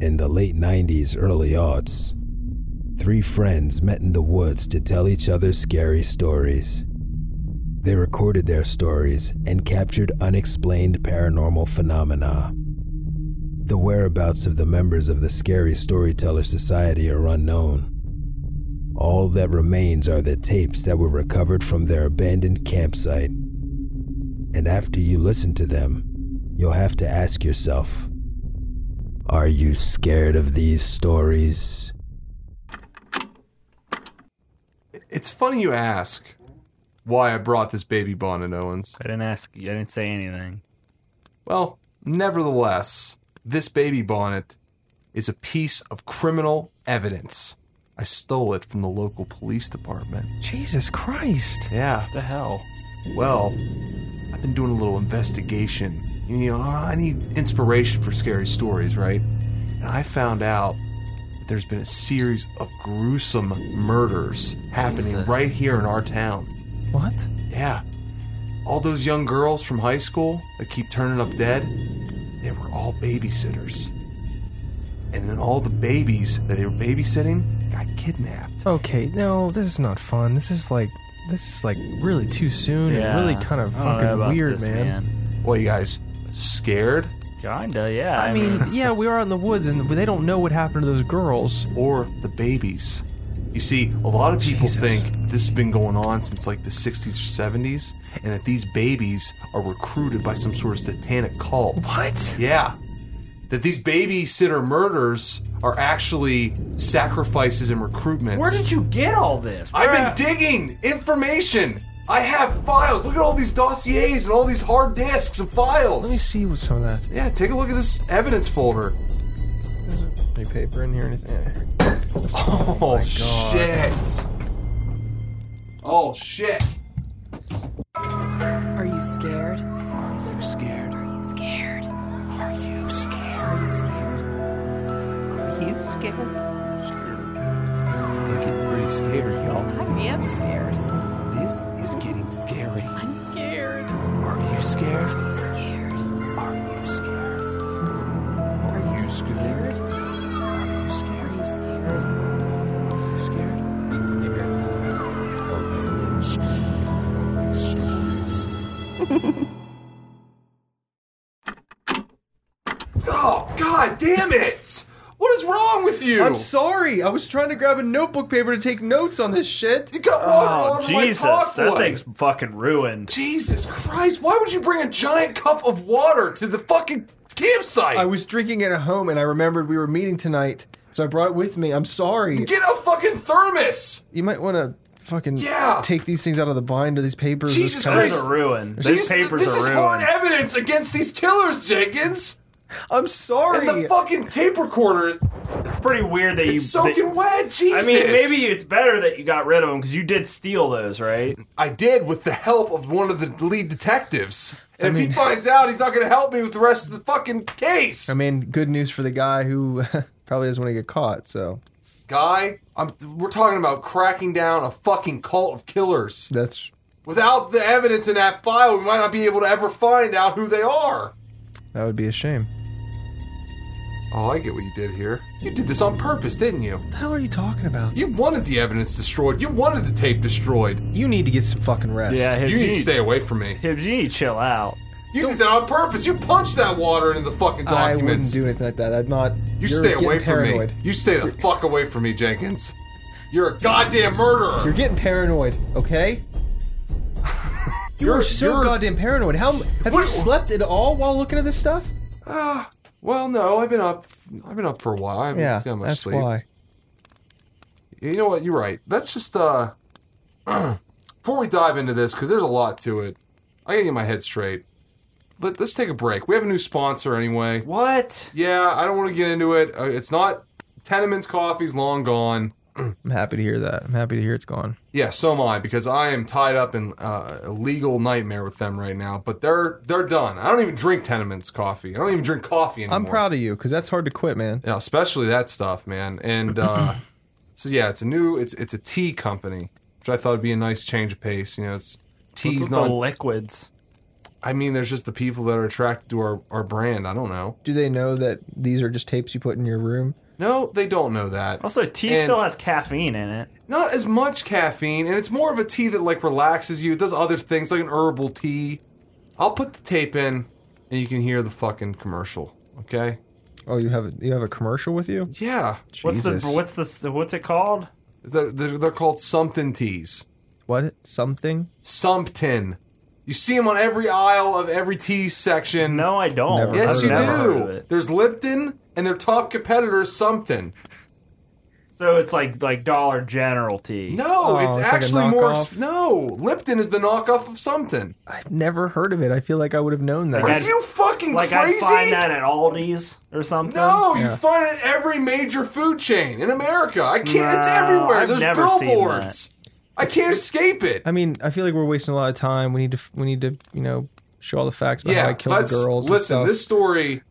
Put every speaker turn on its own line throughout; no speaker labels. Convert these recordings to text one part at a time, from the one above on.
In the late 90s, early aughts, three friends met in the woods to tell each other scary stories. They recorded their stories and captured unexplained paranormal phenomena. The whereabouts of the members of the Scary Storyteller Society are unknown. All that remains are the tapes that were recovered from their abandoned campsite. And after you listen to them, you'll have to ask yourself Are you scared of these stories?
It's funny you ask why I brought this baby Bonin Owens.
I didn't ask. I didn't say anything.
Well, nevertheless, this baby bonnet is a piece of criminal evidence. I stole it from the local police department.
Jesus Christ.
Yeah,
The hell.
well, I've been doing a little investigation. You know, I need inspiration for scary stories, right? And I found out that there's been a series of gruesome murders happening
Jesus.
right here in our town.
What?
Yeah. All those young girls from high school that keep turning up dead, they were all babysitters. And then all the babies that they were babysitting got kidnapped.
Okay, no, this is not fun. This is like this is like really too soon and really kind of
I don't know about
fucking weird,
this,
man.
What, you guys scared?
Kinda, yeah.
I mean, yeah, we are out in the woods and they don't know what happened to those girls.
Or the babies? You see, a lot of people
Jesus.
think this has been going on since like the 60s or 70s, and that these babies are recruited by some sort of satanic cult.
What?
Yeah. That these babysitter murders are actually sacrifices and recruitments.
where did you get all this? Where
I've been digging information. I have files. Look at all these dossiers and all these hard disks and files.
Let me see what some of that.
Yeah, take a look at this evidence folder.
Any paper in here? Anything? Yeah, here.
Oh, shit. Oh shit.
Are you scared?
Are you scared?
Are you scared?
Are you scared?
Are you scared?
Are you scared? Scared.
I'm getting pretty scared, y'all.
I am scared.
This is getting scary.
I'm scared.
Are you scared?
Are you scared?
Are you scared?
Are you
scared?
scared?
Are you
Are
scared?
you scared?
Are you scared?
I'm scared.
Oh god damn it! What is wrong with you?
I'm sorry. I was trying to grab a notebook paper to take notes on this shit.
You got water all
Oh,
over my
Jesus.
talk
that
boy.
thing's fucking ruined.
Jesus Christ! Why would you bring a giant cup of water to the fucking campsite?
I was drinking it at home and I remembered we were meeting tonight, so I brought it with me. I'm sorry.
Get a fucking thermos.
You might want to fucking
Yeah.
take these things out of the binder, these papers. this
Jesus
kind of-
Those
Christ.
are ruined. These papers
this
are
is hard
ruined.
evidence against these killers, Jenkins.
I'm sorry.
And the fucking tape recorder,
It's pretty weird that you.
it's
that-
soaking wet.
I
Jesus.
mean, maybe it's better that you got rid of them because you did steal those, right?
I did with the help of one of the lead detectives. And if he finds out, he's not going to help me with the rest of the fucking case.
I mean, good news for the guy who probably doesn't want to get caught. So
Guy, I'm, we're talking about cracking down a fucking cult of killers.
that's
Without the evidence in that file, we might not be able to ever find out who they are.
that would be a shame.
Oh, I get what you did here. You did this on purpose, didn't you?
The hell are you talking about?
You wanted the evidence destroyed. You wanted the tape destroyed.
You need to get some fucking rest.
Yeah, Hibbs,
You need to stay away from me.
Hibbs, you need to chill out.
You did that on purpose. You punched that water into the fucking
I
documents.
wouldn't do anything like that. I'm not.
you stay away
paranoid.
from me. You stay the fuck away from me, Jenkins. You're a goddamn murderer.
You're getting paranoid, okay? You are so
you're-
goddamn paranoid. How have
What-
you slept at all while looking at this stuff?
Well, no, I've been up. I've been up for a while. I haven't
Yeah,
done much
that's
sleep.
why.
You know what? You're right. That's just uh. before we dive into this, because there's a lot to it, I gotta get my head straight. Let, let's take a break. We have a new sponsor anyway.
What?
Yeah, I don't want to get into it. Uh, it's not Tenements Coffee's long gone.
I'm happy to hear that. I'm happy to hear it's gone.
Yeah, so am I because I am tied up in uh, a legal nightmare with them right now. But they're they're done. I don't even drink Tenements coffee. I don't even drink coffee anymore.
I'm proud of you because that's hard to quit, man.
Yeah, especially that stuff, man. And uh, so yeah, it's a new it's it's a tea company, which I thought would be a nice change of pace. You know, it's
What's
tea's
with
not
the liquids?
I mean, there's just the people that are attracted to our, our brand. I don't know.
Do they know that these are just tapes you put in your room?
No, they don't know that.
Also, tea
And-
still has caffeine in it.
Not as much caffeine, and it's more of a tea that like relaxes you. It does other things like an herbal tea. I'll put the tape in, and you can hear the fucking commercial. Okay?
Oh, you have a, you have a commercial with you?
Yeah.
What's the
Jesus.
what's the what's it called?
They're, they're, they're called something teas.
What? Something?
Something. You see them on every aisle of every tea section.
No, I don't.
Never.
Yes,
I've
you
never heard of
do.
it.
There's Lipton, and their top competitor is something.
So it's like like Dollar General tea.
No,
Oh,
it's,
it's like a
actually more.
knockoff?
Exp- no, Lipton is the knockoff of something.
I've never heard of it. I feel like I would have known that.
Are
I'd-
you fucking
like I
crazy?
find that at Aldi's or something.
no, you
Yeah.
find it at every major food chain in America. I can't. it's
No,
everywhere.
I've
There's
never seen
billboards. I can't escape it.
I mean, I feel like we're wasting a lot of time. We need to we need to you know show all the facts about how I
yeah,
killed
let's
the girls. and
listen.
stuff. Um,
This story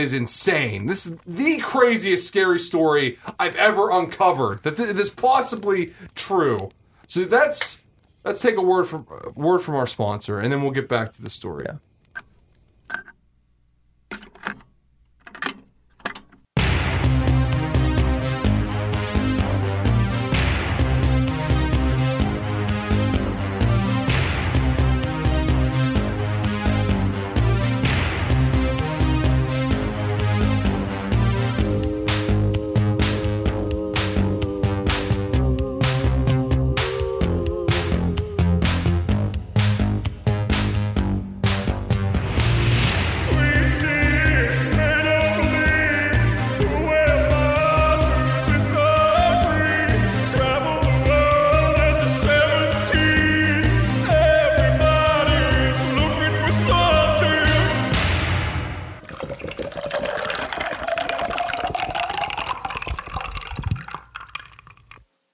is insane. This is the craziest, scary story I've ever uncovered. That th- this possibly true. So that's let's take a word from a word from our sponsor, and then we'll get back to the story.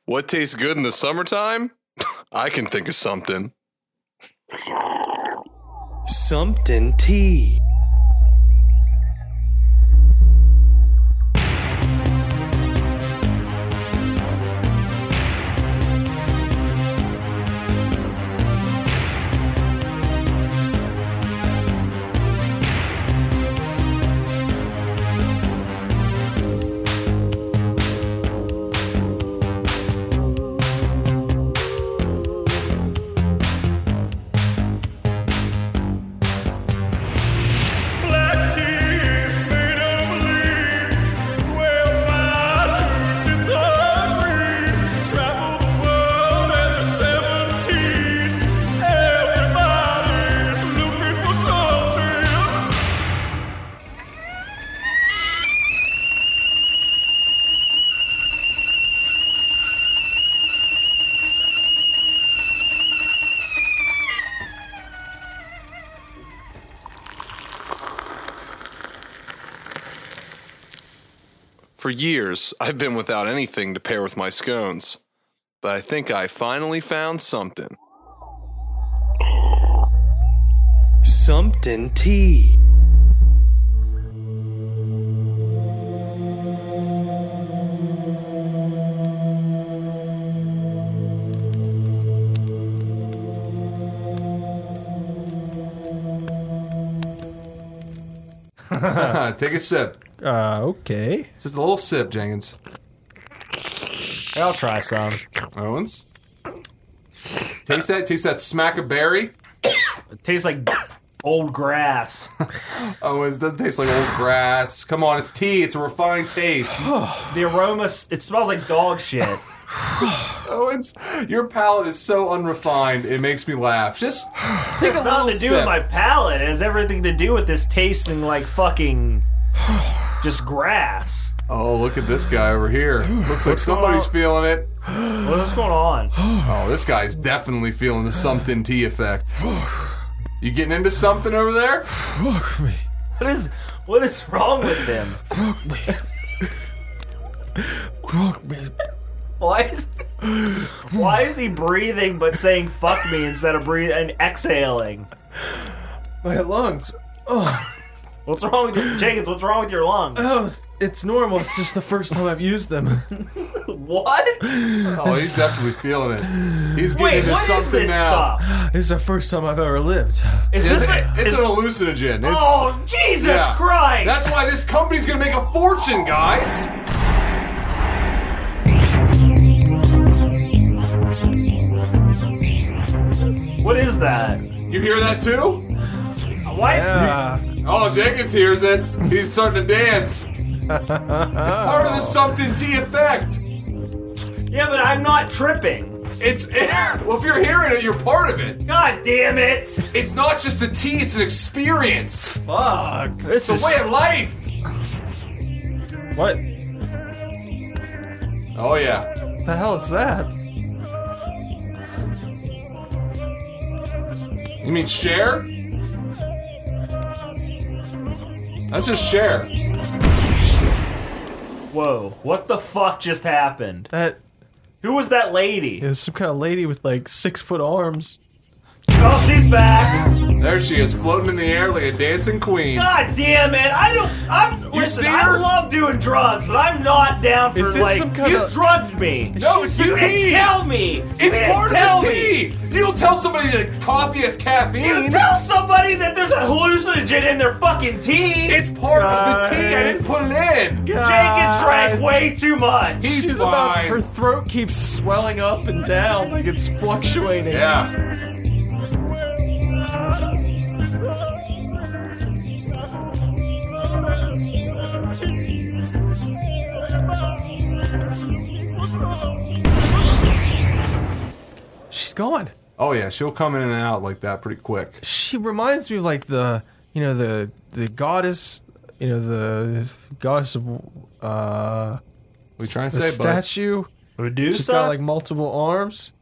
What tastes good in the summertime? I can think of something.
Something tea.
For years, I've been without anything to pair with my scones, but I think I finally found something.
Something tea.
take a sip.
uh, okay.
Just a little sip, Jenkins.
I'll try some.
Owens. Taste that. Taste that smack of berry.
It tastes like old grass.
Owens it doesn't taste like old grass. Come on, it's tea. It's a refined taste.
The aroma, s- it smells like dog shit.
Owens, your palate is so unrefined. It makes me laugh. Just take a little
nothing to do
sip.
with my palate. It has everything to do with this tasting like fucking just grass.
oh, look at this guy over here. Looks like somebody's feeling it.
What's going on?
Oh, this guy's definitely feeling the something tea effect. You getting into something over there?
What is what is wrong with them? Why is why is he breathing but saying fuck me instead of breathing and exhaling?
My lungs.
What's wrong with your Jenkins? What's wrong with your lungs?
Uh,
Oh, it's normal. It's just the first time I've used them.
What?
Oh, he's definitely feeling it. He's getting
Wait,
into
what
something
is this
now.
stuff?
This is the first time I've ever lived.
Is
It's,
this a,
it's
is,
an hallucinogen. It's,
Oh Jesus
yeah.
Christ!
That's why this company's gonna make a fortune, guys.
what is that?
You hear that too?
Why?
Yeah.
Oh, Jenkins hears it. He's starting to dance. It's part of the something T effect.
Yeah, but I'm not tripping.
It's well, if you're hearing it, you're part of it.
God damn it!
It's not just a T; it's an experience,
Fuck. This
it's a way of life.
what
Oh yeah.
the hell is that?
You mean share? That's just share.
Whoa! What the fuck just happened?
That
Who was that lady?
is some kind of lady with like six foot arms.
Oh, she's back!
There she is, floating in the air like a dancing queen.
God damn it! I don't. I'm. listen,
see
I
her?
love doing drugs, but I'm not down for
Is this
like
some kind
you
of-
drugged me.
No, it's the
you didn't
tea.
tell me. you
It's
didn't
part
tell
of the
me.
tea. You don't tell somebody that coffee has
You
caffeine.
tell somebody that there's a hallucinogen in their fucking tea.
It's part of the tea. I didn't
Guys.
put it in.
Jenkins drank way too much.
He's
She's about
fine.
her throat keeps swelling up and down like it's fluctuating.
yeah.
She's gone.
Oh yeah, she'll come in and out like that pretty quick.
She reminds me of like the you know the the goddess you know the goddess of uh
We try and
the
say, bud.
statue. She's
Medusa?
got like multiple arms.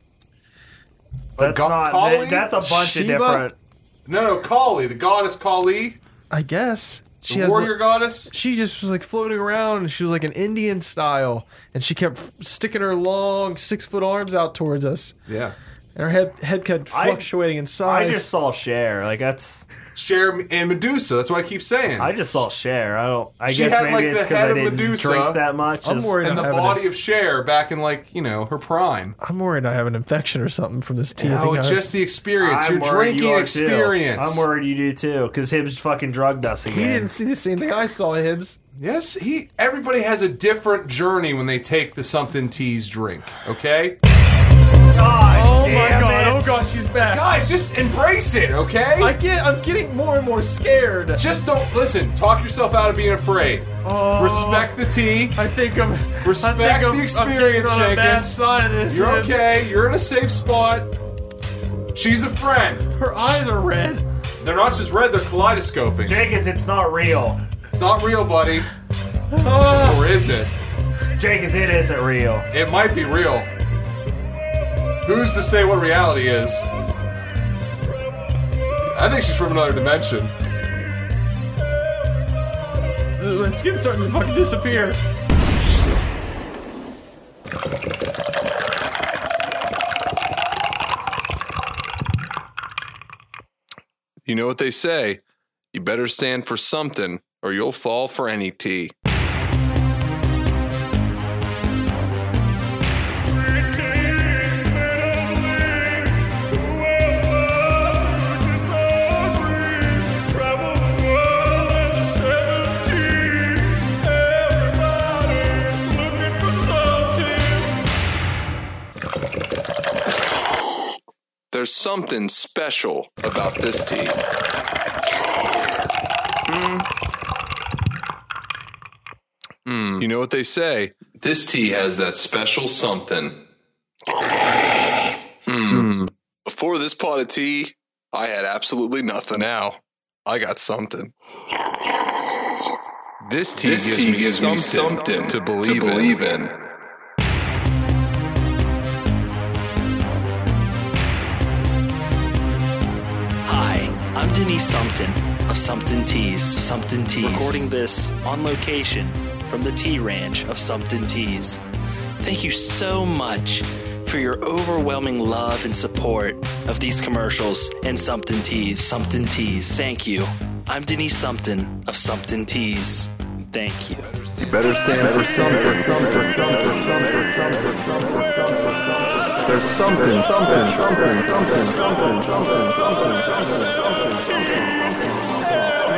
that's
Ga-
not.
Kali?
That's a bunch
Sheba?
of different.
No, no, Kali, the goddess Kali,
I guess
the
she has
warrior goddess.
she just was like floating around and she was like an Indian style and she kept f- sticking her long six foot arms out towards us
Yeah.
and her head head kept
I-
fluctuating in
I
size.
just saw Cher. Like that's.
Cher and Medusa. That's what I keep saying.
I just saw Cher. I don't. I
She
guess
had,
maybe
like,
it's
the
because
head
I
of
didn't
Medusa.
drink that much.
I'm
Is-
worried.
and the
I'm having
body
A,
of Cher back in like you know her prime.
I'm worried I have an infection or something from this tea. I
No,
think
it's
I-
just the experience.
I'm
Your
worried you
drinking
are, too.
experience.
I'm worried you do too, because Hibbs fucking drugged us again.
he didn't see the same thing I saw. Hibbs.
Yes, he. Everybody has a different journey when they take the something teas drink. Okay, Oh
God
Oh
damn it.
she's back.
guys, just embrace it. Okay,
I get. I'm getting more and more scared.
just don't listen. Talk yourself out of being afraid.
Oh,
Respect the tea.
I think I'm.
Respect
I think I'm,
the
I'm getting
experience,
on the bad
Jenkins.
side of this.
You're
Hibbs.
okay. You're in a safe spot. She's a friend.
Her eyes are red.
They're not just red. They're kaleidoscoping.
Jenkins, it's not real.
It's not real, buddy.
Ah.
Or is it?
Jenkins, it isn't real.
It might be real. Who's to say what reality is? I think she's from another dimension.
My skin's starting to fucking disappear.
You know what they say you better stand for something or you'll fall for any tea. There's something special about this tea. Hmm. Mm. You know what they say? This tea has that special something. Mm. Before this pot of tea, I had absolutely nothing. Now, I got something. This tea gives, me, some something to believe, in.
Hi, I'm Denise Sumpton of Sumpton Teas. Sumpton Teas. Recording this on location from the tea ranch of Sumpton Teas. Thank you so much for your overwhelming love and support of these commercials and Sumpton Teas. Sumpton Teas. Thank you. I'm Denise Something of Something Tees. Thank you.
Better stand for something, something, something, something, something, something. There's something, something, something, something, something, something, something, something, something,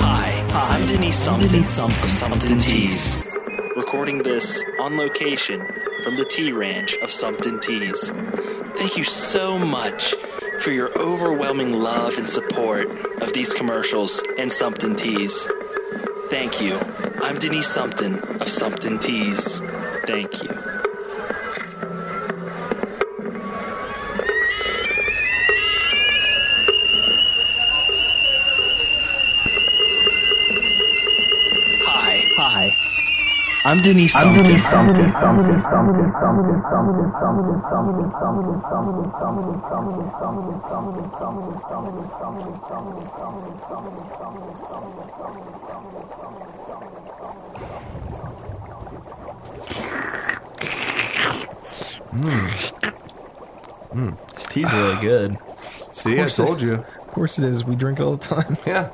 Hi, I'm Denise Something of Something Tees. Recording this on location from the Tea Ranch of Something Tees. Thank you so much for your overwhelming love and support of these commercials and Something Tees. Thank you. I'm Denise Something of Something Tees. Thank you. Hi. Hi. I'm Denise Something.
something, something, something, something, something, something, something, something, something, something, something, something, something, something, something, something, something, something, something.
This tea's really good.
See, I
course it-
told you.
Of course it is. We drink it all the time.
Yeah.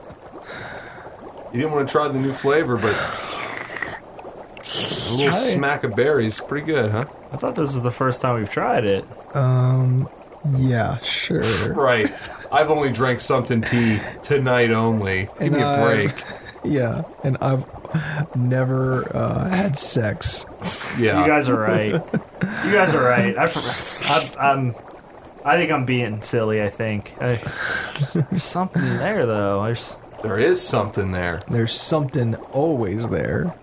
You didn't want to try the new flavor, but a little smack of berries, pretty good, huh?
I thought this was the first time we've tried it.
Um, yeah, sure.
Right. I've only drank something tea tonight only. Give me a
And, uh,
break.
Yeah, and I've never uh, had sex.
Yeah.
You guys are right. You guys are right. I, I'm, I'm, I think I'm being silly. I think I, there's something there though. There's
there is something there.
There's something always there.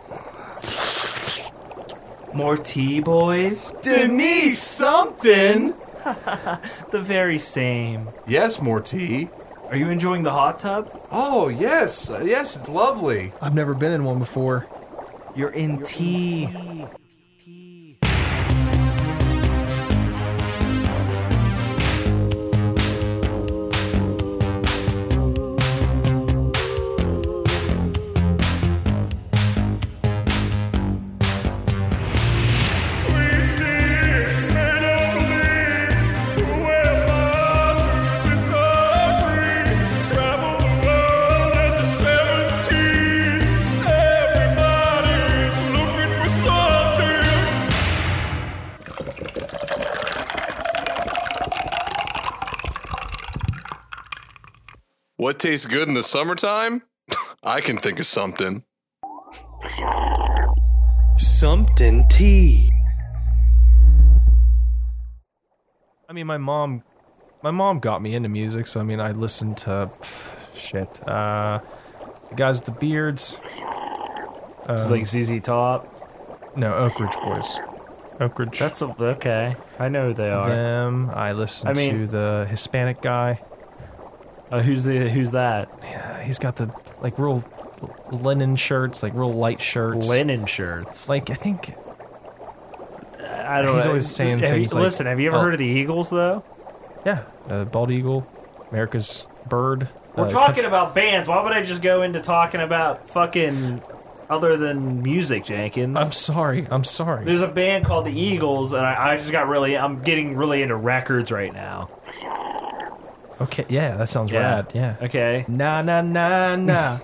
more tea, boys.
Denise something.
The very same.
Yes, more tea.
Are you enjoying the hot tub?
Oh, yes. Uh, Yes, it's lovely.
I've never been in one before.
You're in tea.
What tastes good in the summertime? I can think of something.
Something tea.
I mean, my mom, my mom got me into music, so I mean, I listened to pff, shit. Uh, the guys with the beards.
It's like ZZ Top.
No, Oak Ridge Boys. Oak Ridge.
That's a, okay. I know who they are.
them. I listened
I mean-
to the Hispanic guy.
Uh, who's the Who's that?
Uh, He's got the like real linen shirts, like real light shirts.
Linen shirts.
Like I think
I don't
he's
know.
always saying
Have you-
things like-
listen, have you ever
Oh.
heard of the Eagles though?
yeah, uh, bald eagle, America's bird.
We're
uh,
talking
country-
about bands. Why would I just go into talking about fucking other than music, Jenkins?
I'm sorry. I'm sorry.
There's a band called the Eagles, and I, I just got really. I'm getting really into records right now.
okay. Yeah, that sounds rad. Yeah.
Okay.
Na na na na.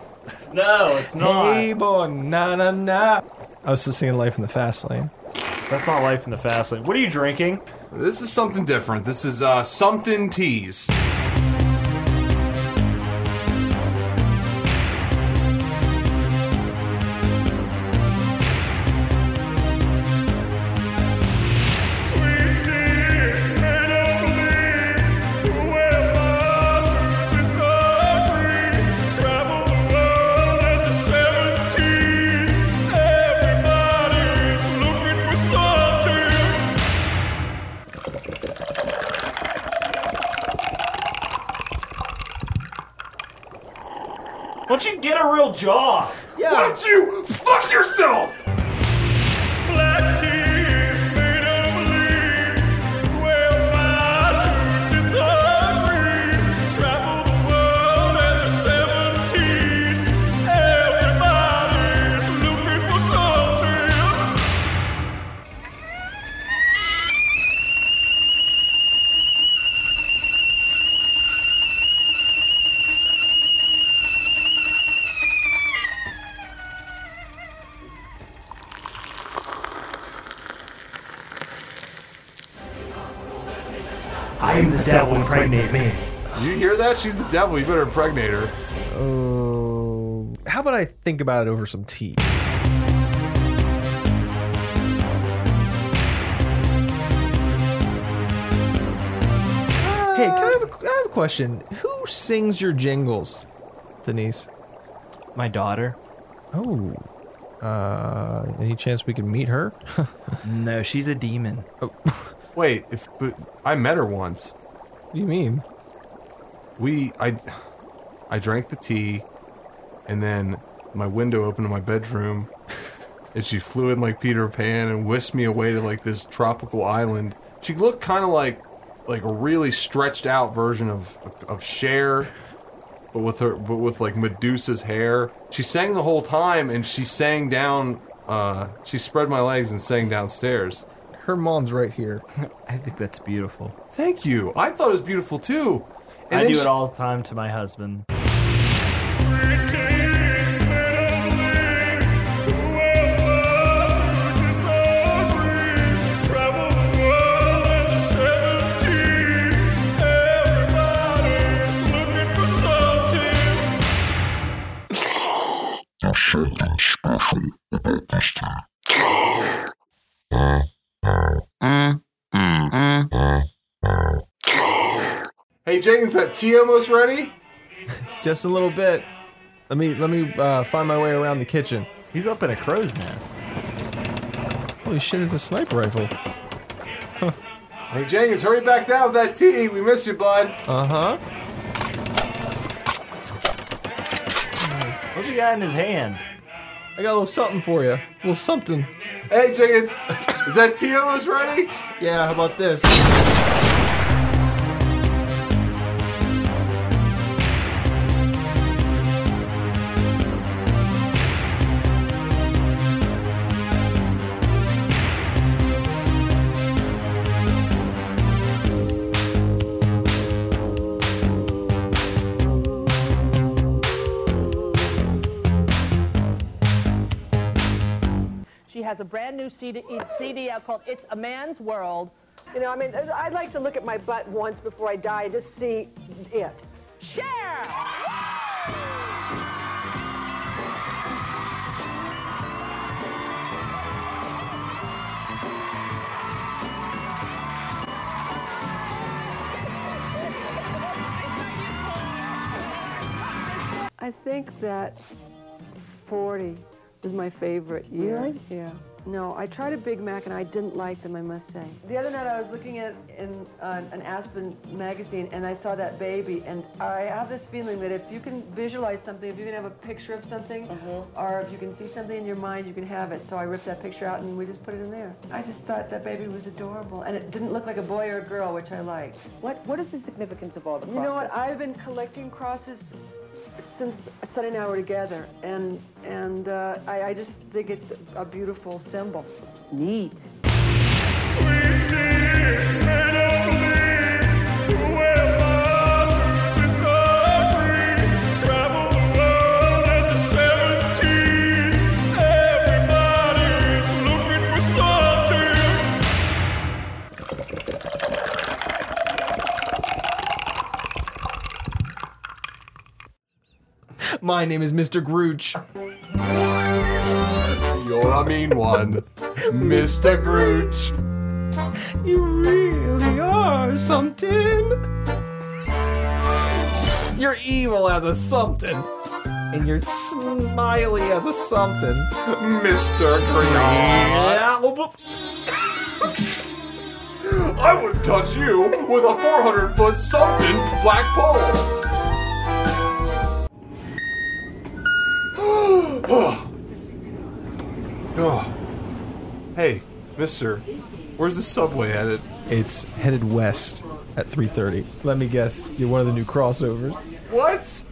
No, it's not.
Hey boy, na na na. I was just singing "Life in the Fast Lane."
That's not life in the fast lane. What are you drinking?
This is something different. This is uh something teas.
Why don't you get a real job?
Why don't you fuck yourself?
I am the devil, impregnate me.
You hear that? She's the devil. You better impregnate her.
Oh. How about I think about it over some tea? Hey, can I have, a, I have a question. Who sings your jingles, Denise?
My daughter.
Oh. Uh, any chance we could meet her?
No, she's a demon.
Wait, if but I met her once.
What do you mean?
We I I drank the tea and then my window opened in my bedroom and she flew in like Peter Pan and whisked me away to like this tropical island. She looked kind of like like a really stretched out version of of Cher but with her but with like Medusa's hair. She sang the whole time and she sang down uh she spread my legs and sang downstairs.
Her mom's right here.
I think that's beautiful.
Thank you. I thought it was beautiful too. And
I
then
do
she-
it all the time to my husband.
Hey James, that tea almost ready?
Just a little bit. Let me let me uh, find my way around the kitchen.
He's up in a crow's nest.
Holy shit! It's a sniper rifle.
Hey James, hurry back down with that tea. We miss you, bud.
Uh huh.
What's he got in his hand?
I got a little something for you. A little something.
Hey James, is that tea almost ready?
Yeah. How about this?
She has a brand new CD, CD out called It's a Man's World.
You know, I mean, I'd like to look at my butt once before I die, just see it.
Share!
I think that 40 was my favorite year.
Really?
Yeah. No, I tried a Big Mac and I didn't like them, I must say. The other night I was looking at in uh, an Aspen magazine and I saw that baby and I have this feeling that if you can visualize something, if you can have a picture of something,
Mm-hmm.
or if you can see something in your mind, you can have it. So I ripped that picture out and we just put it in there. I just thought that baby was adorable and it didn't look like a boy or a girl, which I liked.
What, what is the significance of all the
You know what? I've been collecting crosses since Sonny and I were together, and and uh, I, I just think it's a beautiful symbol.
Neat.
My name is Mr. Grooch.
You're a mean one, Mr. Grooch.
You really are something. You're evil as a something, and you're smiley as a something.
Mr. Green.
Yeah. well, but-
I would touch you with a 400 foot something black pole. oh. Oh. Hey, mister, where's the subway headed?
It's headed west at 3:30. Let me guess, you're one of the new crossovers.
What?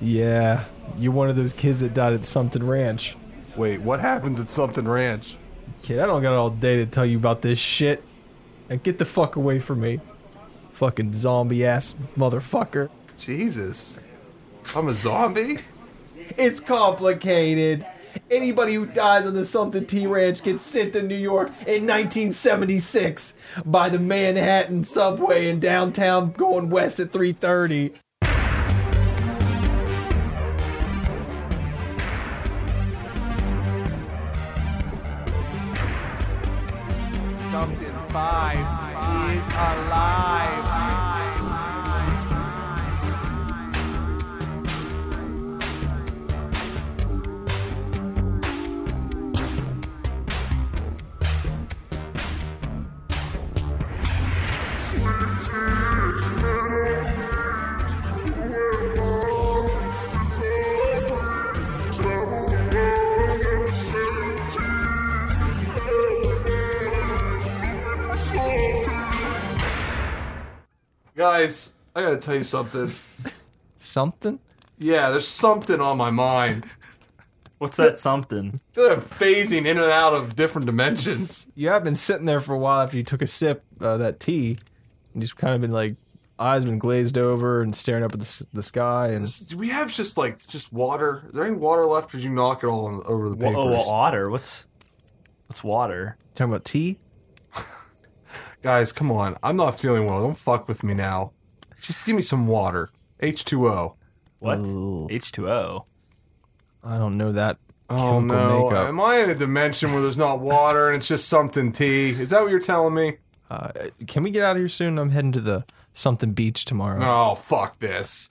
Yeah, you're one of those kids that died at something ranch.
Wait, what happens at something ranch?
Kid, I don't got all day to tell you about this shit. And get the fuck away from me. Fucking zombie ass motherfucker.
Jesus. I'm a zombie?
It's complicated.
Anybody who dies on the Something Tea Ranch gets sent to New York in 1976 by the Manhattan subway in downtown going west at 3:30.
Something Five is alive.
Guys, I gotta tell you something.
Something?
Yeah, there's something on my mind.
What's that something?
I feel like I'm phasing in and out of different dimensions.
You have been sitting there for a while after you took a sip uh, that tea, and just kind of been like eyes been glazed over and staring up at the, s- the sky. And
Do we have just like just water? Is there any water left? Or did you knock it all on, over the
Wa-
papers?
oh, well, otter. What's what's water?
talking about tea.
Guys, come on. I'm not feeling well. Don't fuck with me now. Just give me some water. H2O.
What? H2O.
I don't know that.
Oh no!
chemical makeup.
Am I in a dimension where there's not water and it's just something tea? Is that what you're telling me?
Uh, can we get out of here soon? I'm heading to the something beach tomorrow.
Oh fuck this!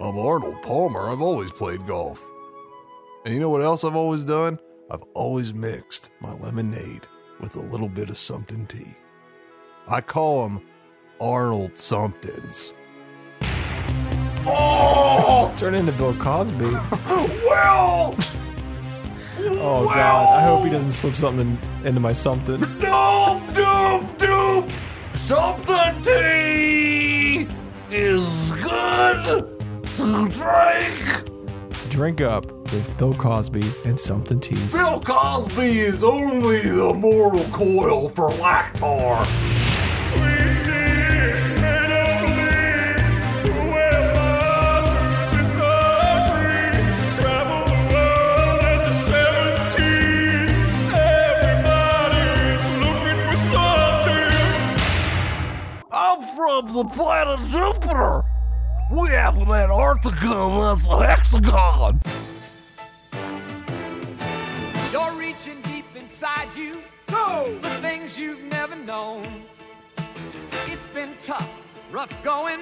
I'm Arnold Palmer. I've always played golf. And you know what else I've always done? I've always mixed my lemonade with a little bit of something tea. I call them Arnold somethings.
Oh! Turn into Bill Cosby.
well!
Oh God! I hope he doesn't slip something into my something.
Doop, doop, doop. Something tea is good to drink.
Drink up with Bill Cosby and something teas.
Bill Cosby is only the mortal coil for Lactar.
Sweet tea is made of leaves. Whoever disagrees, travel the world at the seventies. Everybody's looking for something. I'm from the planet Jupiter. We have an Antarctica that's a hexagon.
You're reaching deep inside you Go! for things you've never known. It's been tough, rough going,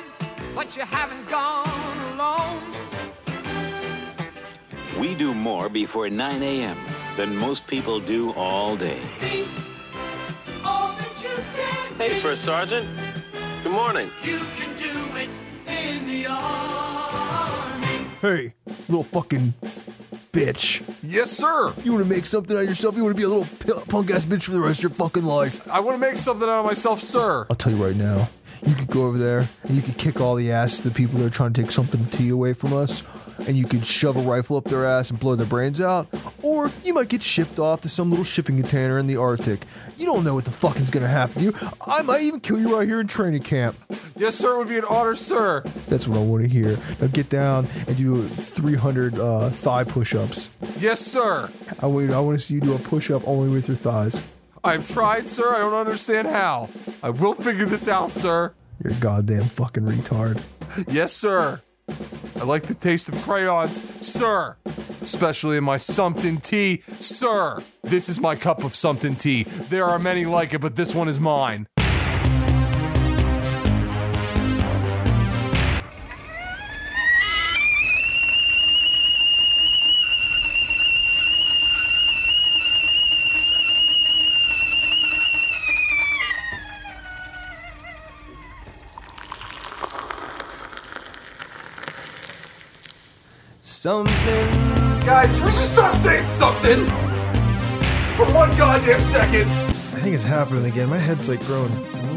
but you haven't gone alone.
We do more before 9 a.m. than most people do all day.
All that you can
Hey, First Sergeant. Good morning.
You can do it in the army.
Hey, little fucking bitch.
Yes, sir.
You want to make something out of yourself? You want to be a little p- punk ass bitch for the rest of your fucking life?
I want to make something out of myself, sir.
I'll tell you right now. You could go over there and you could kick all the ass of the people that are trying to take something tea away from us, and you could shove a rifle up their ass and blow their brains out, or you might get shipped off to some little shipping container in the Arctic. You don't know what the fucking's gonna happen to you. I might even kill you right here in training camp.
Yes, sir would be an honor, sir.
That's what I want to hear. Now get down and do 300 uh, thigh push-ups.
Yes, sir.
I wait. I want to see you do a push-up only with your thighs.
I've tried, sir. I don't understand how. I will figure this out, sir.
You're a goddamn fucking retard.
Yes, sir. I like the taste of crayons, sir. Especially in my something tea, sir. This is my cup of something tea. There are many like it, but this one is mine.
Something.
Guys, can we just stop saying something? For one goddamn second.
I think it's happening again. My head's like growing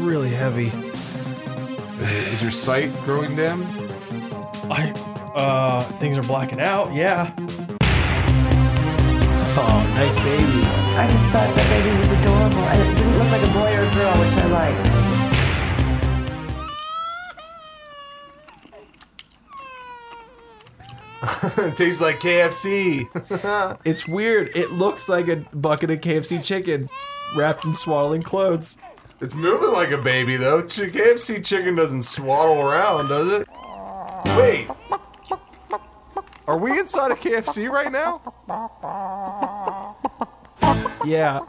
really heavy.
Is, it, is your sight growing dim?
I, uh, things are blacking out. Yeah.
Oh, nice baby.
I just thought that baby was adorable, and it didn't look like a boy or a girl, which I like.
it tastes like KFC.
It's weird. It looks like a bucket of KFC chicken wrapped in swaddling clothes.
It's moving like a baby though. Ch- KFC chicken doesn't swaddle around, does it? Wait. Are we inside a KFC right now?
Yeah.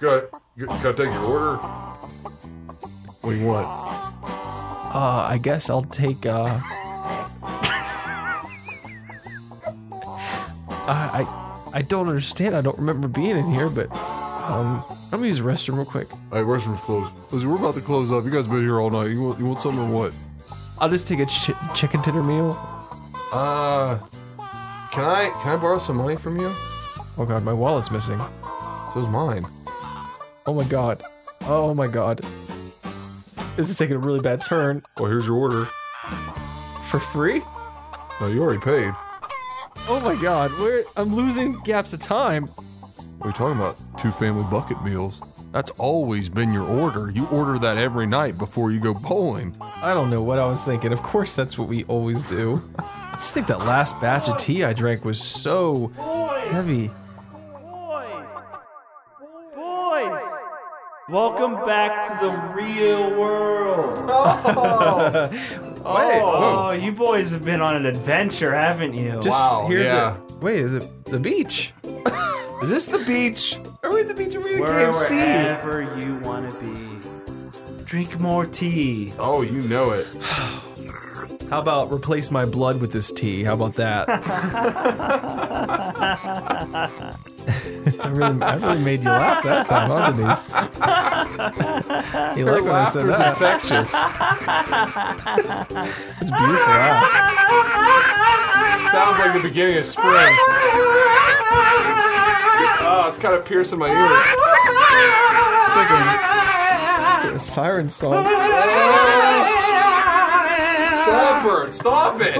Go, go, go take your order. What do you want?
Uh, I guess I'll take. Uh, I, I I don't understand. I don't remember being in here, but um, I'm gonna use the restroom real quick.
Hey, restroom's closed. Listen, we're about to close up. You guys been here all night. You want, you want something or what?
I'll just take a ch- chicken tender meal.
Uh, can I can I borrow some money from you?
Oh god, my wallet's missing.
So's mine.
Oh my god. Oh my god. This is taking a really bad turn.
Well, here's your order.
For free?
No, you already paid.
Oh my god, where I'm losing gaps of time.
What are you talking about? Two family bucket meals. That's always been your order. You order that every night before you go bowling.
I don't know what I was thinking. Of course, that's what we always do. I just think that last batch of tea I drank was so heavy.
Boys, welcome back to the real world. Oh, you boys have been on an adventure, haven't you?
Just
wow.
here.
yeah.
The, wait, is it the beach?
Is this the beach?
Are we at the beach? Are we at KFC?
Wherever you want to be. Drink more tea.
Oh, you know it.
How about replace my blood with this tea? How about that? I really, I really made you laugh that time, huh, Denise? you like when I said
Laughter's
that?
infectious.
It's beautiful. huh?
Sounds like the beginning of spring. Oh, it's kind of piercing my ears.
It's like a, it's a siren song.
Stop her! Stop it!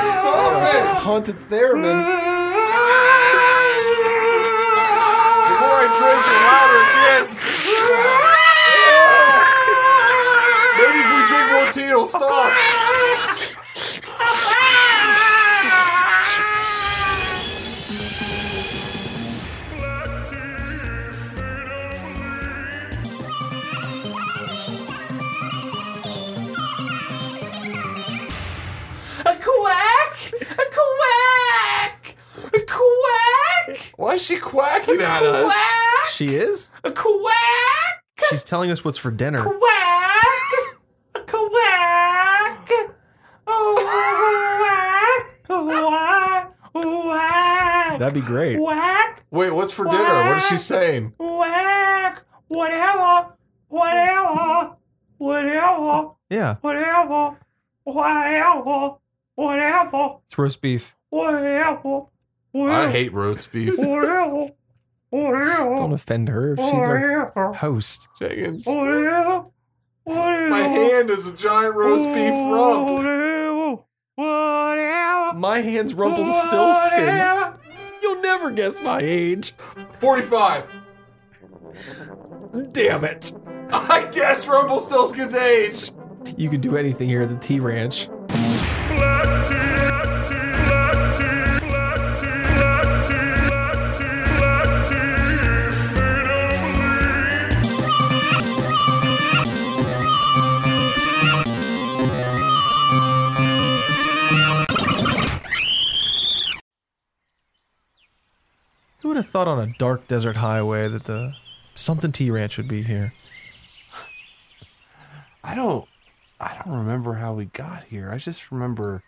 stop it!
Haunted theremin.
The more I drink, the louder it gets. Maybe if we drink more tea, it'll stop.
A quack! A quack! A quack!
Why is she quacking at us?
She is?
A quack!
She's telling us what's for dinner.
Quack! A quack! Oh, quack! Quack! Quack!
That'd be great.
Quack!
Wait, what's for dinner? What is she saying?
Whack! Whatever! Whatever! Whatever!
Yeah,
Whatever! Whatever! Whatever!
it's roast beef.
Whatever!
I hate roast beef.
Whatever!
Don't
Whatever!
offend her if she's our
Whatever!
host.
Jenkins.
Whatever! Whatever!
My hand is a giant roast beef rump.
Whatever! Whatever!
My hand's rumpled still skin.
Whatever!
You'll never guess my age.
45.
Damn it.
I guess Rumpelstiltskin's age.
You can do anything here at the Tea Ranch. Who would have thought on a dark desert highway that the something Tea Ranch would be here?
I don't I don't remember how we got here. I just remember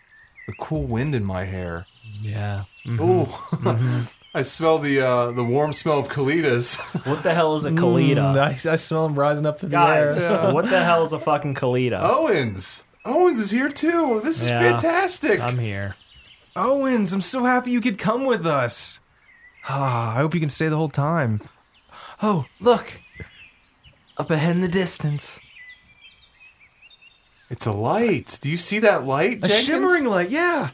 the cool wind in my hair.
Yeah.
Mm-hmm.
Ooh. I smell the uh, the warm smell of Kalitas.
What the hell is a Kalita?
Mm, I, I smell them rising up through
Guys,
the air.
what the hell is a fucking Kalita?
Oh.
Owens. Owens is here too. This is
Yeah.
fantastic.
I'm here.
Owens, I'm so happy you could come with us.
Ah, I hope you can stay the whole time.
Oh, look! Up ahead in the distance.
It's a light. Do you see that light?
A
Jenkins?
shimmering light, yeah.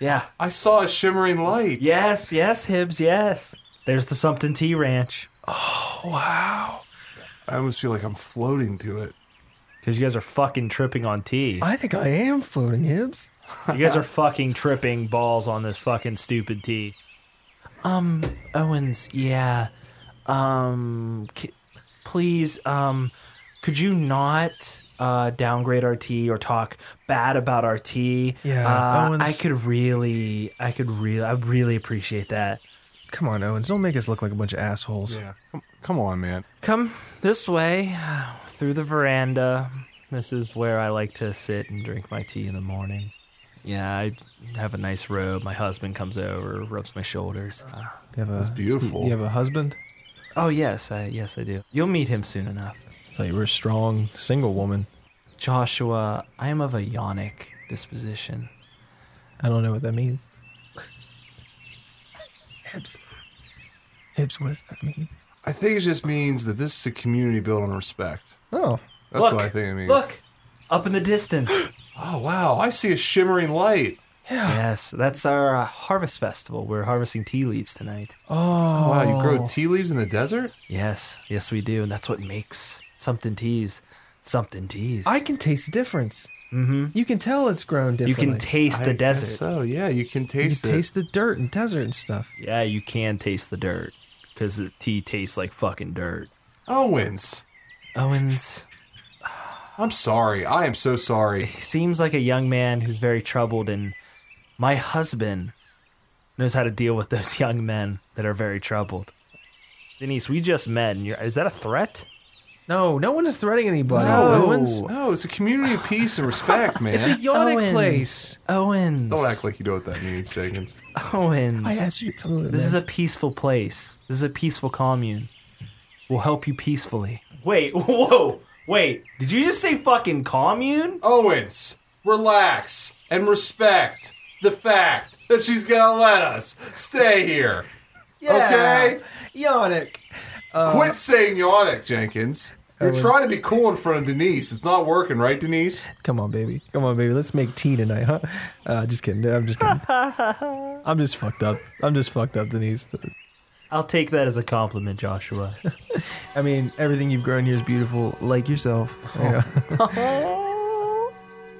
Yeah.
I saw a shimmering light.
Yes, yes, Hibbs, yes.
There's the Something Tea Ranch.
Oh, wow. I almost feel like I'm floating to it.
Because you guys are fucking tripping on tea.
I think I am floating, Hibbs.
You guys are fucking tripping balls on this fucking stupid tea.
Um, Owens, yeah. Um, c- please, um, could you not uh, downgrade our tea or talk bad about our tea?
Yeah,
uh,
Owens-
I could really, I could really, I really appreciate that.
Come on, Owens, don't make us look like a bunch of assholes.
Yeah. Come, come on, man.
Come this way, through the veranda.
This is where I like to sit and drink my tea in the morning. Yeah, I have a nice robe. My husband comes over, rubs my shoulders. Uh,
You have a,
That's beautiful.
You have a husband?
oh yes, I yes I do. You'll meet him soon enough.
thought you were a strong single woman.
Joshua, I am of a yonic disposition.
I don't know what that means. Hibbs. Hibbs, what does that mean?
I think it just means that this is a community built on respect.
Oh.
That's
Look,
what I think it means.
Look, up in the distance.
Oh, wow. I see a shimmering light.
Yes, that's our uh, harvest festival. We're harvesting tea leaves tonight.
Oh.
Wow, you grow tea leaves in the desert?
Yes, yes we do, and that's what makes something teas, something teas.
I can taste the difference.
Mm-hmm.
You can tell it's grown
You
differently.
can taste
I
the
guess
desert.
So, yeah, you can
You
taste
can
it.
taste the dirt and desert and stuff.
Yeah, you can taste the dirt because the tea tastes like fucking dirt.
Owens. Oh,
Owens
I'm sorry. I am so sorry.
seems like a young man who's very troubled, and my husband knows how to deal with those young men that are very troubled. Denise, we just met, and you're, is that a threat?
No, no one is threatening anybody.
No,
Owens.
no, it's a community of peace and respect, man.
It's a yonic
Owens.
place.
Owens.
Don't act like you know what that means, Jenkins.
Owens.
I asked you to tell me what
This is
it
a peaceful place. This is a peaceful commune. We'll help you peacefully.
Wait, whoa, wait. Did you just say fucking commune?
Owens, relax and respect the fact that she's gonna let us stay here.
Yeah.
Okay?
Yonic.
Quit saying yonic, Jenkins. You're
Owens.
trying to be cool in front of Denise. It's not working, right, Denise?
Come on, baby. Come on, baby. Let's make tea tonight, huh? Uh, just kidding. I'm just kidding. I'm just fucked up. I'm just fucked up, Denise.
I'll take that as a compliment, Joshua.
I mean, everything you've grown here is beautiful, like yourself. You know?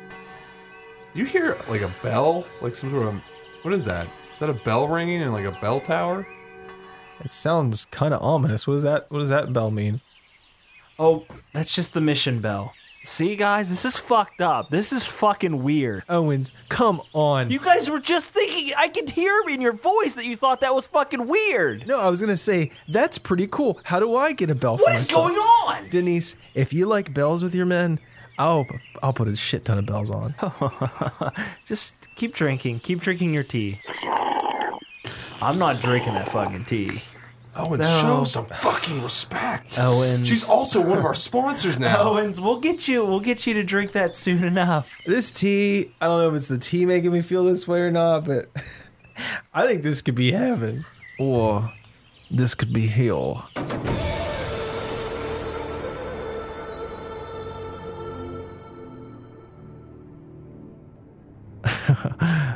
You hear like a bell? Like some sort of. What is that? Is that a bell ringing in like a bell tower?
it sounds kind of ominous. What does that? What does that bell mean?
oh, that's just the mission bell. See, guys, this is fucked up. This is fucking weird.
Owens, come on.
You guys were just thinking, I could hear in your voice that you thought that was fucking weird.
no, I was gonna say that's pretty cool. How do I get a bell? for
What is
myself?
going on?
Denise? If you like bells with your men, I'll I'll put a shit ton of bells on.
Just keep drinking. Keep drinking your tea. I'm not drinking that fucking tea.
Owens,
No.
Oh.
show some fucking respect.
Owens.
She's also one of our sponsors now.
Owens, we'll get you. We'll get you to drink that soon enough.
This tea, I don't know if it's the tea making me feel this way or not, but I think this could be heaven. Or this could be hell.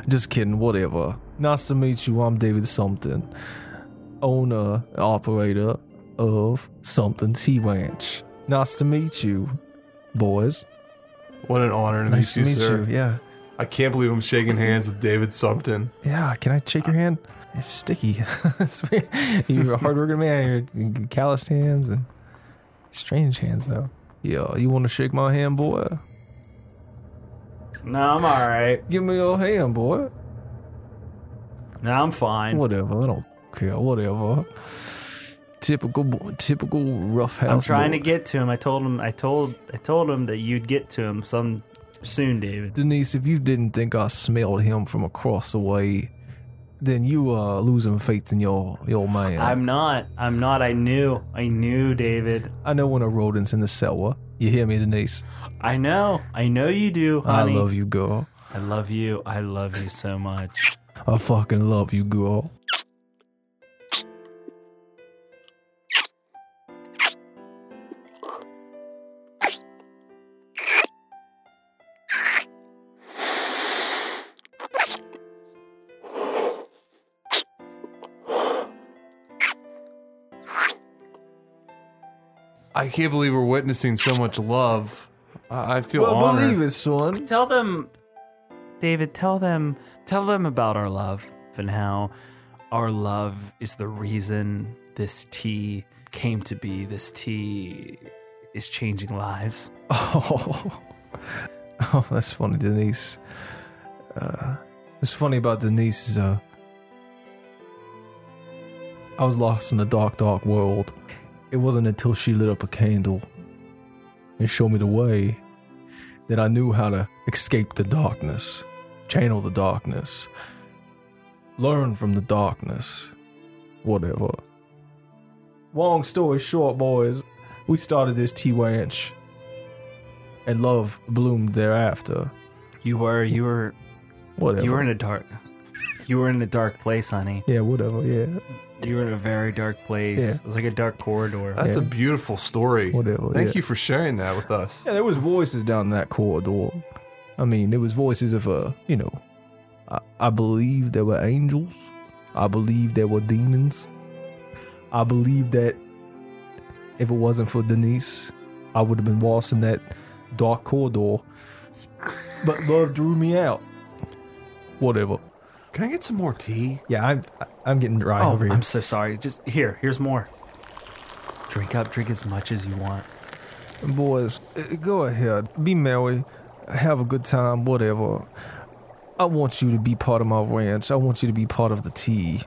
Just kidding, whatever. Nice to meet you. I'm David Something, owner, operator of Something Tea Ranch. Nice to meet you, boys.
What an honor to
Nice to
meet you,
meet
sir.
you. Yeah.
I can't believe I'm shaking hands with David Sumpton.
Yeah, can I shake your hand? It's sticky. It's weird. You're a hardworking man. You're you got calloused hands and strange hands, though. Yo, you want to shake my hand, boy?
No, I'm all right.
Give me your hand, boy.
No, I'm fine.
Whatever. I don't care. Whatever. Typical, bo- typical rough house.
I'm trying
boy.
to get to him. I told him. I told. I told him that you'd get to him some soon, David.
Denise, if you didn't think I smelled him from across the way, then you are losing faith in your your man.
I'm not. I'm not. I knew. I knew, David.
I know when a rodent's in the cellar. You hear me, Denise?
I know. I know you do, honey.
I love you, girl.
I love you. I love you so much.
I fucking love you, girl.
I can't believe we're witnessing so much love. I, I feel honored.
it, son.
Tell them, David. Tell them. Tell them about our love and how our love is the reason this tea came to be. This tea is changing lives.
Oh, oh, that's funny, Denise. Uh, what's funny about Denise is uh, I was lost in a dark, dark world. It wasn't until she lit up a candle and showed me the way that I knew how to escape the darkness, channel the darkness, learn from the darkness, whatever. Long story short, boys, we started this T Ranch, and love bloomed thereafter.
You were. You were.
Whatever.
You were in a dark. You were in a dark place, honey.
yeah, whatever. Yeah,
You were in a very dark place.
Yeah.
It was like a dark corridor.
That's a beautiful story.
Whatever,
Thank
yeah.
you for sharing that with us.
yeah. There was voices down that corridor. I mean, there was voices of uh, you know, I, I believe there were angels. I believe there were demons. I believe that if it wasn't for Denise, I would have been lost in that dark corridor. But love drew me out. Whatever.
Can I get some more tea?
Yeah, I'm I'm getting dry
oh,
over here.
I'm so sorry. Just here. Here's more. Drink up. Drink as much as you want.
Boys, uh, go ahead. Be merry. Have a good time, whatever. I want you to be part of my ranch. I want you to be part of the tea.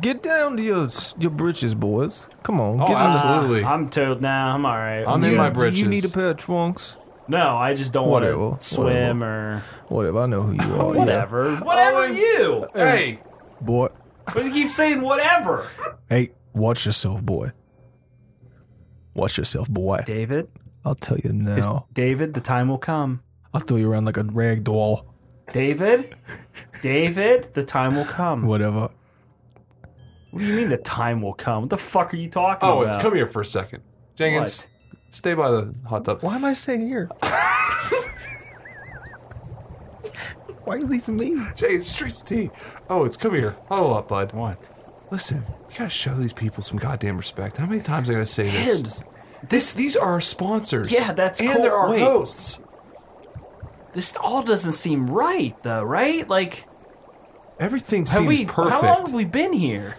Get down to your your britches, boys. Come on.
Oh,
get in the-
Ah,
absolutely.
I'm towed now. I'm all right.
I'm in
You-
my
Do you
britches.
need a pair of trunks?
No, I just don't want
Whatever.
to swim or
Whatever. I know who you are. yeah.
whatever. Whatever you.
Hey,
Boy.
Why do you keep saying whatever?
Hey, watch yourself, boy. Watch yourself, boy.
David.
I'll tell you
Is-
now.
David, the time will come.
I'll throw you around like a rag doll.
David, David, the time will come.
Whatever.
What do you mean the time will come? What the fuck are you talking
Oh,
about?
it's come here for a second. Jenkins, stay by the hot tub.
Why am I staying here? Why are you leaving me?
Jenkins, streets of tea. Oh, it's come here. Huddle up, bud.
What?
Listen, you gotta show these people some goddamn respect. How many times I gotta say this?
Hibbs,
This, these are our sponsors.
Yeah, that's
and
cool.
they're our
Wait.
hosts.
this all doesn't seem right, though, right? Like,
Everything
have
seems
we?
perfect.
How long have we been here?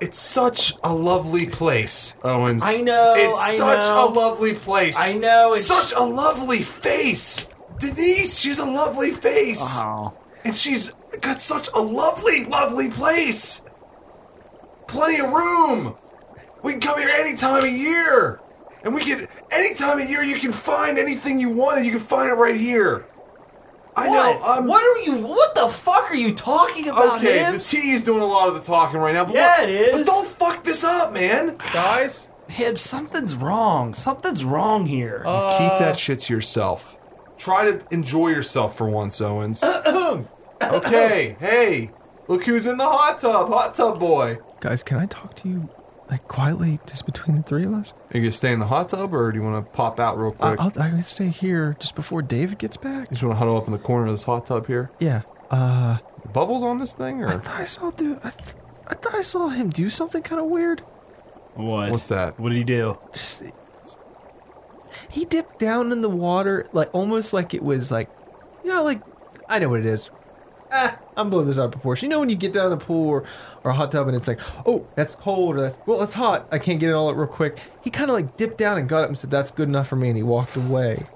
It's such a lovely place, Owens.
I know,
It's
I
such a
know.
lovely place.
I know, it's-
Such a lovely face. Denise, she's a lovely face.
Oh,
And she's got such a lovely, lovely place. Plenty of room. We can come here any time of year. And we can, any time of year, you can find anything you want and you can find it right here. I know.
what?
I'm,
what are you? What the fuck are you talking about,
Okay, the
Hibbs?
tea is doing a lot of the talking right now. But
Yeah,
what-
it
But
is.
don't fuck this up, man.
Guys?
Hibbs, something's wrong. Something's wrong here.
Keep
Uh,
that shit to yourself. Try to enjoy yourself for once, Owens. okay, hey, look who's in the hot tub, hot tub boy.
Guys, can I talk to you like quietly, just between the three of us?
Are you gonna stay in the hot tub, or do you want to pop out real
I,
quick?
I'll, I can stay here just before David gets back.
just want to huddle up in the corner of this hot tub here.
Yeah. Uh,
Bubbles on this thing,
I
or
thought I saw dude. I, th- I thought I saw him do something kind of weird.
What?
what's that?
What did he do?
Just he dipped down in the water, like almost like it was like, you know, like I know what it is. Ah, I'm blowing this out of proportion. You know when you get down in a pool or, or a hot tub and it's like, oh, that's cold or that's well, it's hot. I can't get it all out real quick. He kind of like dipped down and got up and said, "That's good enough for me," and he walked away.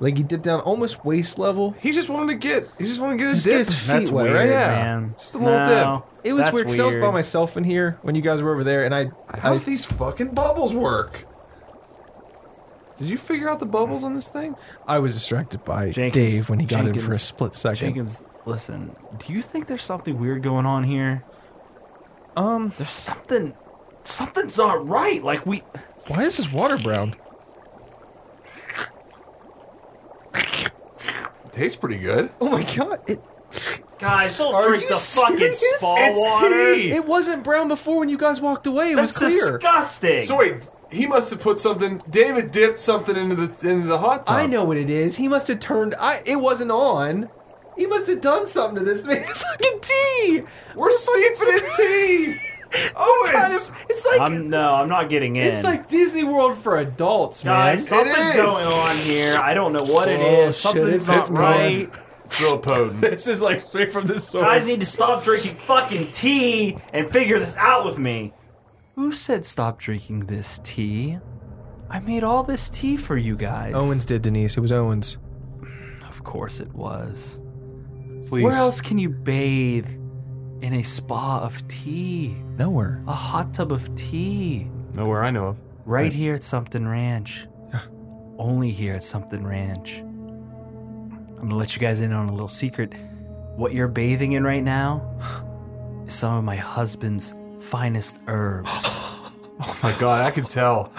Like he dipped down almost waist level.
He just wanted to get. He just wanted to get a
Just get
dip.
his feet
That's
wet,
weird,
right?
Yeah.
man.
Just a little
No,
It was
that's
weird because I was by myself in here when you guys were over there, and I,
How
I
do these fucking bubbles work? Did you figure out the bubbles on this thing?
I was distracted by
Jenkins-
Dave when he got in for a
Jenkins-
split second.
Jenkins, listen. Do you think there's something weird going on here?
Um,
There's something. Something's not right. Like we.
why is this water brown?
It tastes pretty good.
Oh my god! It
Guys, don't
Are
drink
you
the fucking
serious?
spa
It's
water.
tea.
it wasn't brown before when you guys walked away. It
That's
was clear.
disgusting.
So wait, he must have put something. David dipped something into the into the hot tub.
I know what it is. He must have turned. I. It wasn't on. He must have done something to this man. fucking tea.
We're sleeping in tea.
Oh, kind of, it's like
I'm, no, I'm not getting in.
it's like Disney World for adults, man.
guys, something's going on here. I don't know what it is. something's not right.
It's real potent. this is like straight from the source.
Guys need to stop drinking fucking tea and figure this out with me.
Who said stop drinking this tea? I made all this tea for you guys.
Owens did, Denise. It was Owens.
Of course it was.
Please.
Where else can you bathe in a spa of tea?
Nowhere.
A hot tub of tea.
Nowhere I know of.
Right here at Something Ranch. Only here at Something Ranch. I'm gonna let you guys in on a little secret. What you're bathing in right now is some of my husband's finest herbs.
Oh my god, I can tell.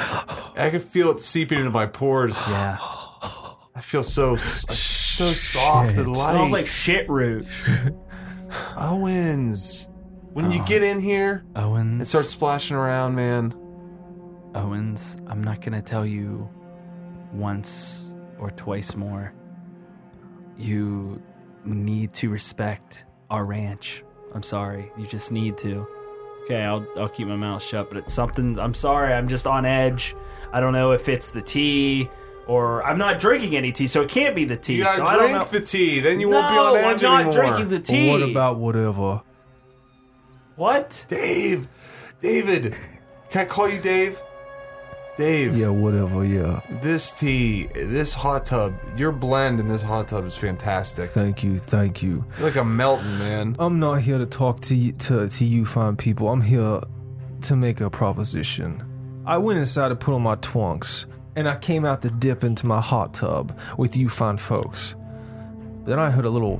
I can feel it seeping into my pores.
Yeah.
I feel so so soft and light.
Smells like shit root.
Owens. When you get in here
Owens.
and start splashing around, man.
Owens, I'm not gonna tell you once or twice more. You need to respect our ranch. I'm sorry. You just need to. Okay, I'll I'll keep my mouth shut, but it's something I'm sorry, I'm just on edge. I don't know if it's the tea or I'm not drinking any tea, so it can't be the tea.
You
so I
gotta
don't know.
drink the tea, then you
no,
won't be on edge
I'm not
anymore.
drinking the tea.
What about whatever?
what?
Dave? David. Can I call you Dave? Dave.
Yeah, whatever. Yeah.
This tea, this hot tub, your blend in this hot tub is fantastic.
Thank you. Thank you.
I feel like I'm melting, man.
I'm not here to talk to you, to, to you fine people. I'm here to make a proposition. I went inside to put on my twunks, and I came out to dip into my hot tub with you fine folks. Then I heard a little,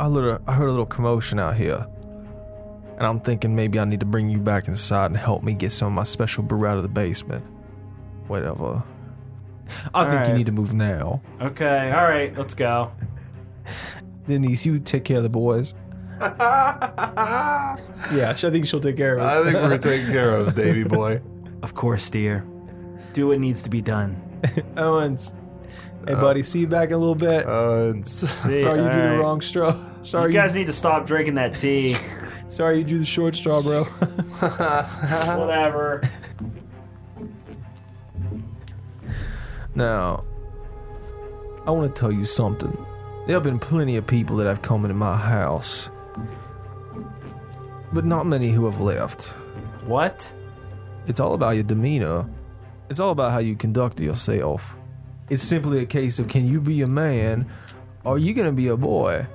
I heard a, I heard a little commotion out here, and I'm thinking maybe I need to bring you back inside and help me get some of my special brew out of the basement. Whatever. I think you
right.
need to move now.
Okay, all right, let's go.
Denise, you take care of the boys. yeah, sh- I think she'll take care of us.
I think we're taken care of, Davy boy.
Of course, dear. Do what needs to be done.
Owens. Hey, buddy, see you back in a little bit.
Uh,
See,
Sorry you drew the
alright.
wrong straw. Sorry
You
Uh, you,
guys need to stop drinking that tea.
sorry you drew the short straw, bro. Uh-huh.
Whatever.
now, I want to tell you something. There have been plenty of people that have come into my house, but not many who have left.
What?
It's all about your demeanor. It's all about how you conduct yourself. It's simply a case of can you be a man or are you going to be a boy?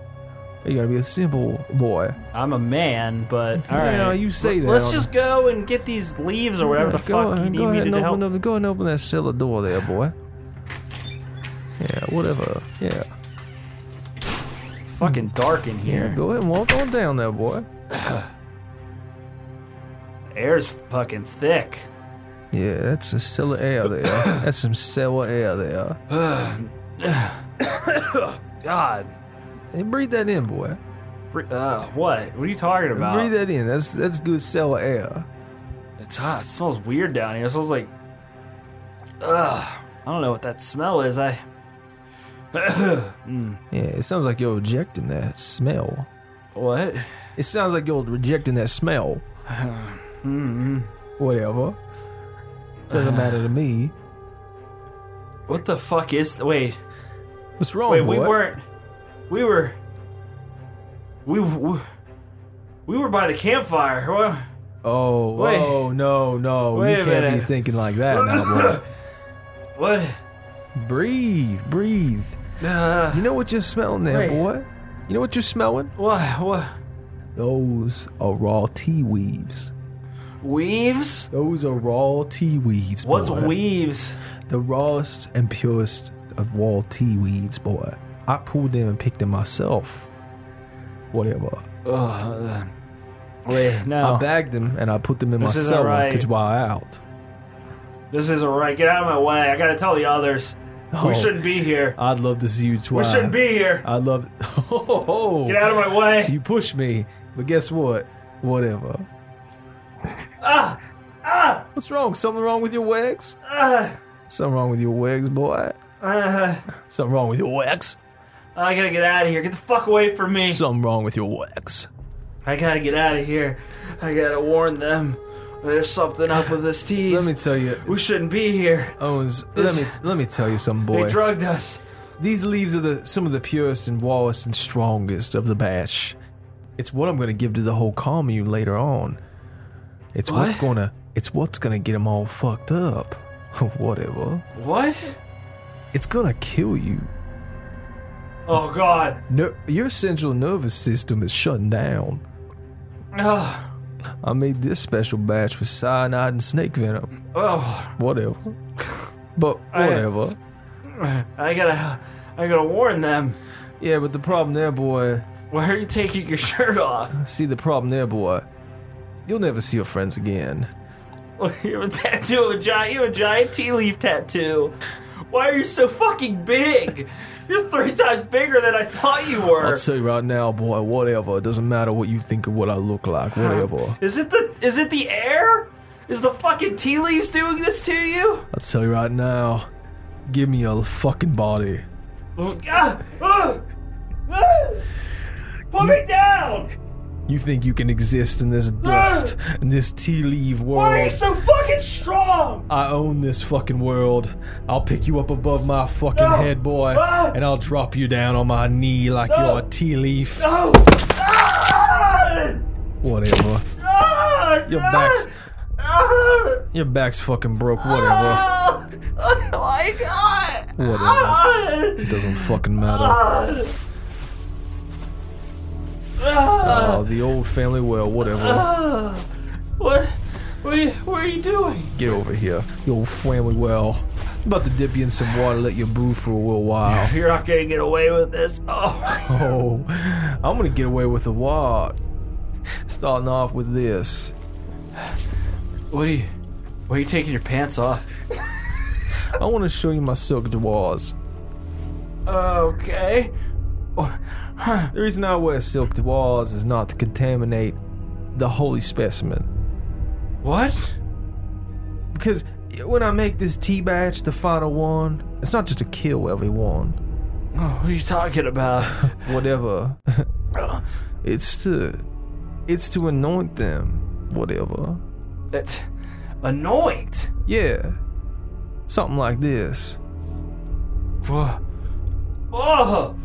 Are you going to be a simple boy?
I'm a man, but all right.
Yeah, you say that.
Let's just go and get these leaves or whatever the
go
fuck you
ahead-
need
go
me
ahead
to
and
do to help.
open up, Go ahead and open that cellar door there, boy. Yeah, whatever. Yeah.
It's fucking dark in
Yeah,
here.
go ahead and walk on down there, boy.
Air's fucking thick.
Yeah, that's a cellar air there. that's some cellar air there.
God.
Hey, breathe that in, boy.
Br- Uh, what? What are you talking about?
Breathe that in. That's that's good cellar air.
It's hot. It smells weird down here. It smells like. Ugh. I don't know what that smell is. I. Mm.
Yeah, it sounds like you're rejecting that smell.
What?
It sounds like you're rejecting that smell.
Mm.
Whatever. Doesn't matter to me.
What the fuck is? Wait.
What's wrong,
Wait.
Oh, boy?
We weren't. We were. We, we. We were by the campfire. Well,
Oh,
Wait.
oh, no, no.
Wait
you
a
can't be
minute.
thinking like that now,
What?
boy. breathe, breathe.
Uh,
You know what you're smelling there,
Wait.
boy? You know what you're smelling?
what? What?
Those are raw tea weaves.
Weaves?
Those are raw tea weaves,
What's
boy.
weaves?
The rawest and purest of raw tea weaves, boy. I pulled them and picked them myself. Whatever. uh,
Ugh. Wait. No.
I bagged them and I put them in
Oh. This
my
isn't
cellar to
right.
dry out.
This isn't right. Get out of my way. I gotta tell the others.
Oh. Uh,
We shouldn't be here.
I'd love to see you try.
We shouldn't be here.
I love. Oh,
Get out of my way.
You pushed me, but guess what? Whatever.
Ah! Ah!
What's wrong? Something wrong with your wigs?
Ah!
Something wrong with your wigs, boy?
Ah.
Something wrong with your wigs?
I gotta get out of here. Get the fuck away from me.
Something wrong with your wigs?
I gotta get out of here.
I gotta warn them. There's something up with this tea.
Let me tell you,
we shouldn't be here.
Owens,
This-
let me let me tell you something, boy.
They drugged us.
These leaves are the some of the purest and rawest and strongest of the batch. It's what I'm going to give to the whole commune later on. It's what's
What?
going to it's what's going to get them all fucked up. Whatever.
What?
It's going to kill you.
Oh God.
Ner- your central nervous system is shutting down.
Ugh.
I made this special batch with cyanide and snake venom.
Oh.
Whatever. but
I-
whatever.
I gotta, I gotta warn them.
Yeah, but the problem there, boy.
Why are you taking your shirt off?
See the problem there, boy. You'll never see your friends again.
you have a tattoo of a giant, you have a giant tea leaf tattoo. Why are you so fucking big? You're three times bigger than I thought you were.
I'll tell you right now, boy, whatever. It doesn't matter what you think of what I look like, whatever.
Is it the, is it the air? Is the fucking tea leaves doing this to you?
I'll tell you right now, give me a fucking body.
Ah, ah, ah. Put me down!
You think you can exist in this dust, in this tea leaf world?
Why are you so fucking strong?
I own this fucking world. I'll pick you up above my fucking
No.
head, boy,
Ah.
and I'll drop you down on my knee like
No.
you're a tea leaf.
No! Ah!
Whatever.
Ah!
Your back's
Ah!
your back's fucking broke. Whatever.
Oh my god!
Whatever. It doesn't fucking matter.
Ah!
Oh, the old family well. Whatever.
Ah! What? What are, you, what are you doing?
Get over here. The old family well. I'm about to dip you in some water, let you brew for a little while.
You're not gonna get away with this. Oh,
Oh, I'm gonna get away with a lot. Starting off with this.
What are you? Why are you taking your pants off?
I want to show you my silk drawers.
okay.
The reason I wear silk drawers is not to contaminate the holy specimen.
What?
Because when I make this tea batch, the final one, it's not just to kill everyone.
Oh, what are you talking about?
Whatever. it's to, it's to anoint them. Whatever.
It's anoint.
Yeah. Something like this.
Whoa. Oh,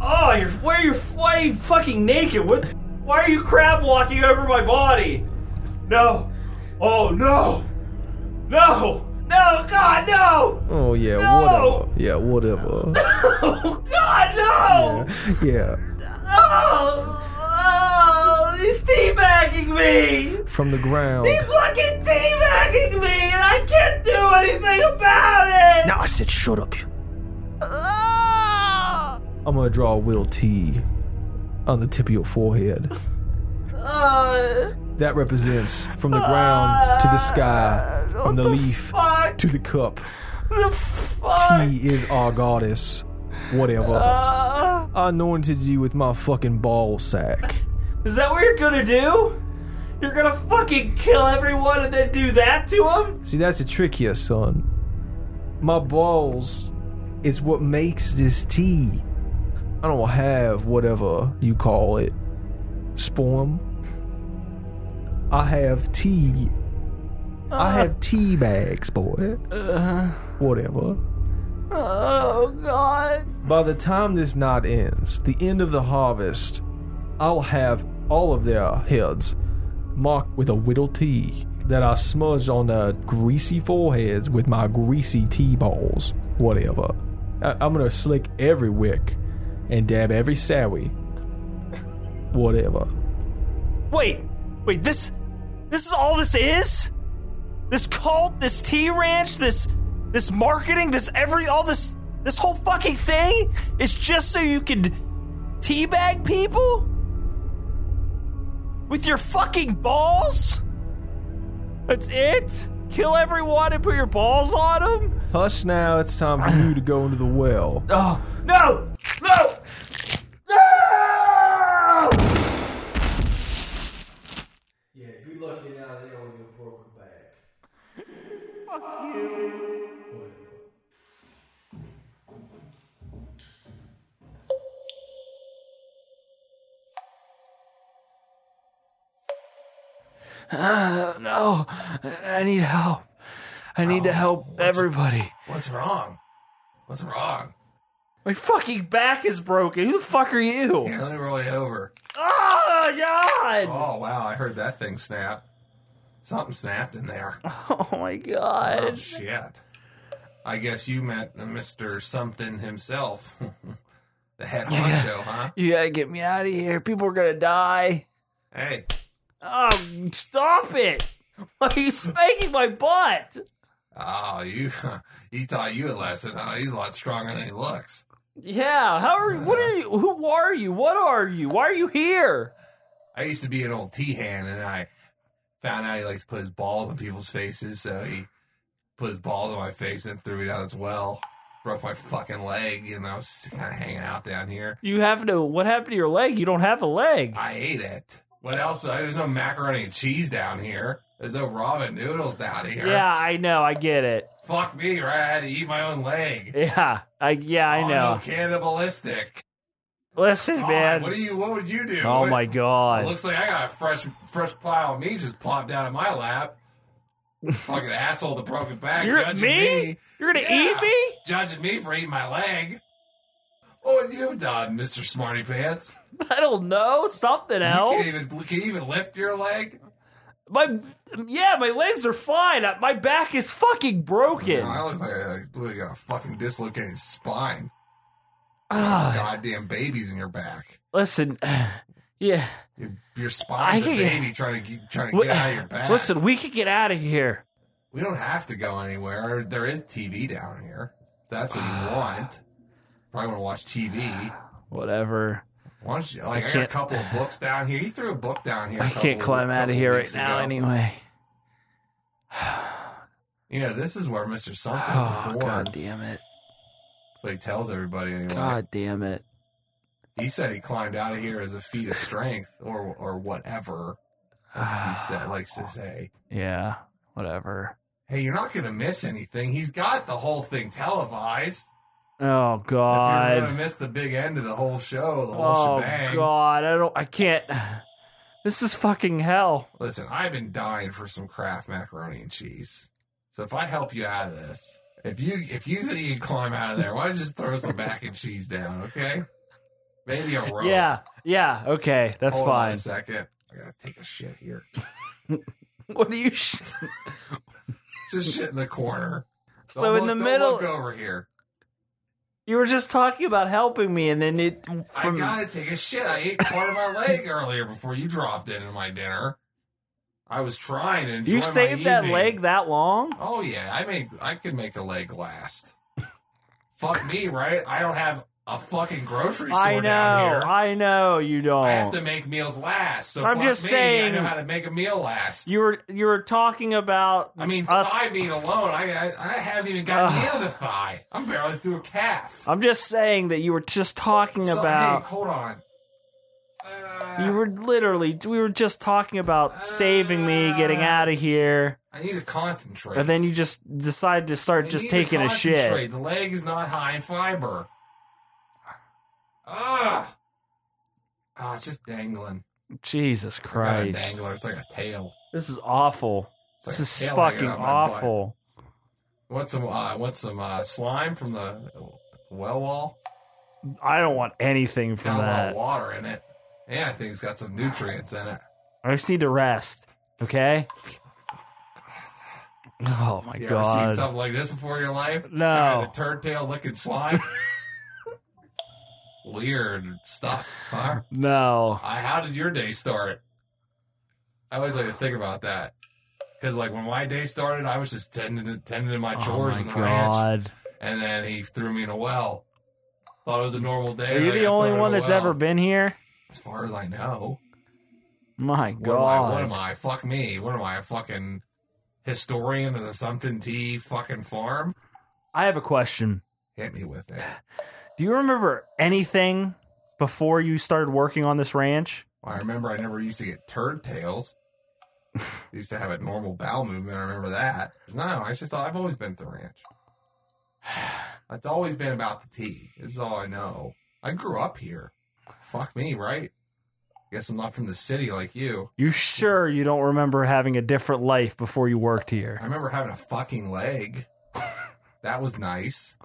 oh, you're why are you why are you fucking naked? What? Why are you crab walking over my body? No. Oh no. No. No. God no.
Oh yeah,
No!
whatever. Yeah, whatever.
Oh God no.
yeah.
Oh. Oh. He's teabagging me.
From the ground.
He's fucking teabagging me, and I can't do anything about it.
Now I said shut up.
Ah!
I'm gonna draw a little T on the tip of your forehead.
Uh,
That represents from the ground to the sky, from Ah, the, leaf
fuck?
to the cup.
the fuck.
T is our goddess. Whatever.
Ah.
I anointed you with my fucking ball sack.
Is that what you're gonna do? You're gonna fucking kill everyone and then do that to them?
See, that's the trick here, son. My balls is what makes this tea. I don't have whatever you call it, sperm. I have tea. I have tea bags, boy. Whatever.
Oh god.
By the time this night ends, the end of the harvest, I'll have all of their heads marked with a whittle tea that I smudge on their greasy foreheads with my greasy tea balls. Whatever. I- I'm gonna slick every wick and dab every sowie. Whatever.
Wait, wait, this this is all this is? This cult, this tea ranch, this this marketing, this every all this this whole fucking thing is just so you could teabag people? With your fucking balls? That's it? Kill everyone and put your balls on them?
Hush now, it's time for you to go into the well.
Oh,
No! No! No!
Yeah, good luck getting out of there with your broken back.
Fuck you. "Ah, no, I need help. I need to help everybody.
What's wrong? What's wrong?
My fucking back is broken. Who the fuck are you?
Here, let me roll you over.
Oh God!
Oh wow, I heard that thing snap. Something snapped in there.
Oh my God!
Oh shit. I guess you meant Mr. Something himself. the head honcho, show, huh?
You gotta get me out of here. People are gonna die.
Hey.
Oh, stop it! Why are you spanking my butt?
Oh, you he taught you a lesson, huh? He's a lot stronger than he looks.
Yeah. How are? What are you? Who are you? What are you? Why are you here?
I used to be an old T hand and I found out he likes to put his balls on people's faces, so he put his balls on my face and threw me down as well. Broke my fucking leg, you know, just kind of hanging out down here.
You have no. What happened to your leg? You don't have a leg.
I ate it. What else? There's no macaroni and cheese down here. There's no ramen noodles down here.
Yeah, I know. I get it.
Fuck me, right? I had to eat my own leg.
Yeah. I. Yeah, I
Oh,
know.
no, cannibalistic.
Listen,
God,
man.
What do you? What would you do?
Oh
What-
my God.
It looks like I got a fresh, fresh pile of meat just plopped down in my lap. Fucking asshole with a broken back.
You're-
judging
me?
me?
You're gonna
Yeah,
eat me?
Judging me for eating my leg. What would you have done, Mister Smarty Pants?
I don't know. Something else.
You can't even, can you even lift your leg?
My yeah, my legs are fine. Uh, My back is fucking broken.
No, I look like I like, got a fucking dislocated spine.
Ah.
Goddamn babies in your back.
Listen, yeah.
Your spine's
I
a
can get-
baby trying to get, trying to
Wh-
get out of your back.
Listen, we could get out of here.
We don't have to go anywhere. There is TV down here. If That's what
Ah.
you want. Probably want to watch TV.
Whatever.
Why don't you,
I
like, I, got a
can't-
couple of books down here. You threw a book down here. a
I
couple
can't
of-
climb out
couple
of here right
weeks
now
ago.
anyway.
You know, this is where Mr. Something
Oh
was born.
god damn
That's
it.
what he tells everybody anyway.
God damn it.
He said he climbed out of here as a feat of strength or or whatever. As he said, likes to say.
Ah, Yeah, whatever.
Hey, you're not going to miss anything. He's got the whole thing televised.
Oh
You're going
god.
to miss the big end of the whole show, the whole
Oh
shebang.
god, I don't I can't This is fucking hell.
Listen, I've been dying for some Kraft macaroni and cheese. So if I help you out of this, if you if you think you can climb out of there, why don't you just throw some mac and cheese down, okay? Maybe a rope.
Yeah. Yeah, okay. That's
Hold On
fine.
a second, I gotta take a shit here.
What are you sh-
Just shit in the corner.
So
Don't
in
look-
the
don't
middle-
look over here.
You were just talking about helping me and then it
I
from-
gotta take a shit. I ate part of my leg earlier before you dropped into my dinner. I was trying to enjoy
You
my
saved that
evening.
leg that long?
Oh yeah, I make I could make a leg last. Fuck me, right? I don't have a fucking grocery store
I know,
down here.
I know you don't.
I have to make meals last. So
I'm
fuck
just
me,
saying-
I know how to make a meal last.
you were you were talking about.
I mean,
us.
thigh being alone, I I, I haven't even gotten
Ugh.
near the thigh. I'm barely through a calf.
I'm just saying that you were just talking
So-
about.
hey, hold on. Uh,
you were literally. We were just talking about saving me, getting out of here,
uh, I need to concentrate.
and then you just decided to start
I
just
need to
taking a
concentrate.
shit.
The leg is not high in fiber. Ah, ah, it's just dangling.
Jesus
Got a
Christ!
dangler. It's like a tail.
This is awful.
like
This is
a tail hanging
fucking
out my butt.
awful.
Want some? Uh, want some uh, slime from the well wall?
I don't want anything
Got
from
a lot of
that.
water in it. Yeah, I think it's got some nutrients in it.
I just need to rest. Okay. Oh my
You ever seen
god.
something like this before in your life?
No.
Kind of the turd tail looking slime. Weird stuff, huh?
No.
I, how did your day start? I always like to think about that because, like, when my day started, I was just tending to, tending to my chores
oh
in the
my
ranch.
god.
and then he threw me in a well. Thought it was a normal day.
Are you
I got
the only
thrown in
one
a
that's
well.
ever been here?
As far as I know,
My
what am, I, what
god.
am I? Fuck me. What am I? A fucking historian of the something tea fucking farm?
I have a question.
Hit me with it.
Do you remember anything before you started working on this ranch?
I remember I never used to get turd tails. I used to have a normal bowel movement. I remember that. No, I just I've always been at the ranch. It's always been about the tea. This is all I know. I grew up here. Fuck me, right?
I guess I'm not from the city like you.
You sure you don't remember having a different life before you worked
I
here?
remember having a fucking leg. that was nice.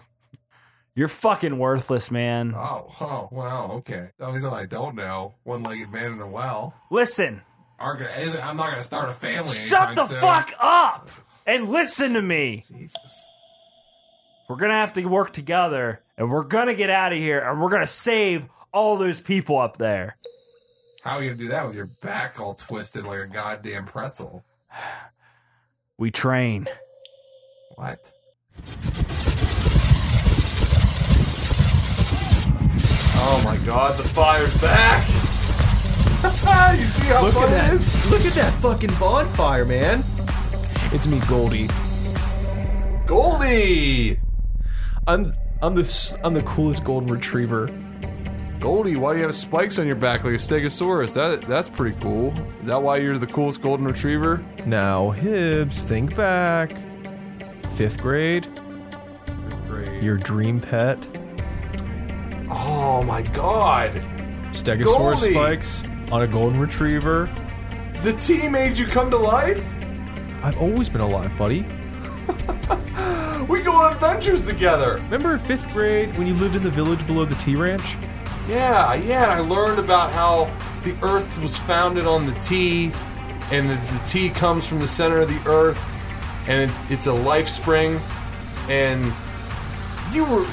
You're fucking worthless, man.
Oh, oh, wow, okay. That was what I don't know. One-legged man in a well.
Listen,
Aren't gonna- isn't- I'm not gonna start a family.
shut
anytime
the
soon.
fuck up and listen to me. We're gonna have to work together, and we're gonna get out of here, and we're gonna save all those people up there.
How are you gonna do that with your back all twisted like a goddamn pretzel?
We train.
What?
Oh my god, the fire's back! Ah, you see how
Look
fun
at that.
it is?
Look at that fucking bonfire, man. It's me, Goldie.
Goldie!
I'm I'm the s- I'm the coolest golden retriever.
Goldie, why do you have spikes on your back like a stegosaurus? That that's pretty cool. Is that why you're the coolest golden retriever?
Now, Hibbs, think back. Fifth grade. Your dream pet.
Oh my god.
Stegosaurus
Goldie!
spikes on a golden retriever.
The tea made you come to life?
I've always been alive, buddy.
We go on adventures together.
Remember fifth grade when you lived in the village below the tea ranch?
Yeah, yeah, I learned about how the earth was founded on the tea, and the, the tea comes from the center of the earth, and it, it's a life spring, and you were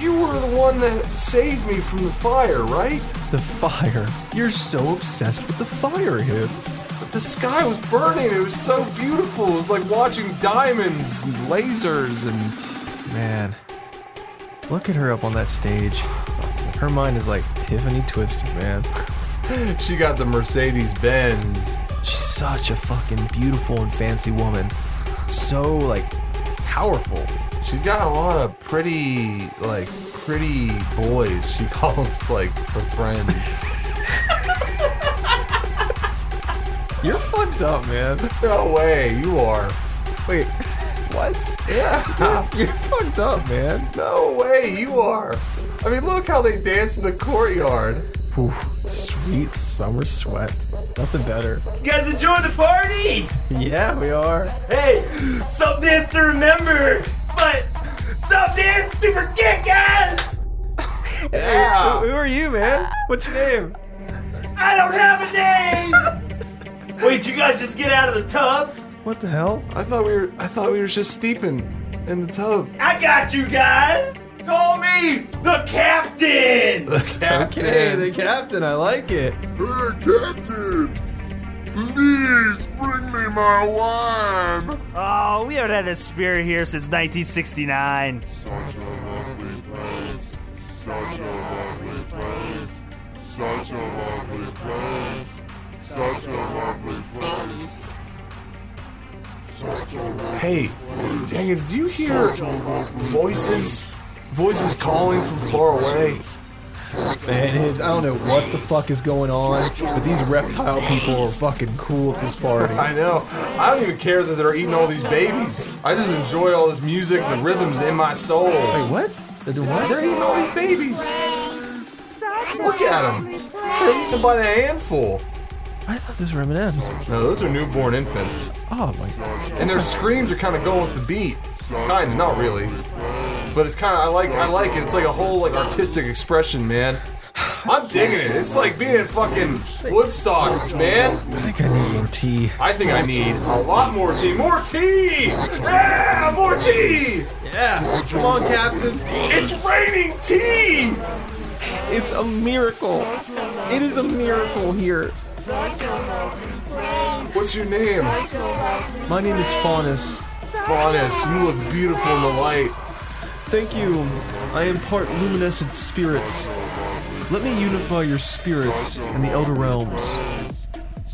you were the one that saved me from the fire, right?
The fire. You're so obsessed with the fire, Hibbs.
But the sky was burning, it was so beautiful, it was like watching diamonds and lasers and
Man, look at her up on that stage. Her mind is like Tiffany Twisted, man.
she got the Mercedes Benz.
She's such a fucking beautiful and fancy woman. So, like, powerful.
She's got a lot of pretty, like, pretty boys. She calls, like, her friends.
You're fucked up, man.
No way, you are.
Wait, what?
Yeah.
You're, you're fucked up, man.
No way, you are. I mean, look how they dance in the courtyard.
Ooh, sweet summer sweat. Nothing better.
You guys enjoy the party?
Yeah, we are.
Hey, some dance to remember, but some dance to forget, guys!
Who, who are you, man? What's your name?
I don't have a name! Wait, you guys just get out of the tub?
What the hell?
I thought we were, I thought we were just steeping in the tub.
I got you guys! Call me the captain! The
captain.
Okay, the captain. I like it.
Hey, Captain! Please bring me my wine!
Oh, we haven't had this spirit here since 1969.
Such a lovely place, such a lovely place, such a lovely place, such a lovely place. Such a lovely
Hey, Jenkins, do you hear voices? Voices calling from far away?
Man, Hibbs, I don't know what the fuck is going on, but these reptile people are fucking cool at this party.
I know. I don't even care that they're eating all these babies. I just enjoy all this music, the rhythms in my soul. Wait,
what? They're doing what?
They're eating all these babies. Look at them. They're eating them by the handful.
I thought those were M&Ms.
No, those are newborn infants.
Oh my god.
And their screams are kind of going with the beat. Kind of, not really. But it's kind of I like I like it. It's like a whole like artistic expression, man. I'm digging it. It's like being in fucking Woodstock, man.
I think I need more tea.
I think I need a lot more tea. More tea! Yeah, more tea!
Yeah, come on, Captain.
It's raining tea!
It's a miracle. It is a miracle here.
What's your name?
My name is Faunus.
Faunus, you look beautiful in the light.
Thank you. I am part luminescent spirits. Let me unify your spirits in the Elder Realms.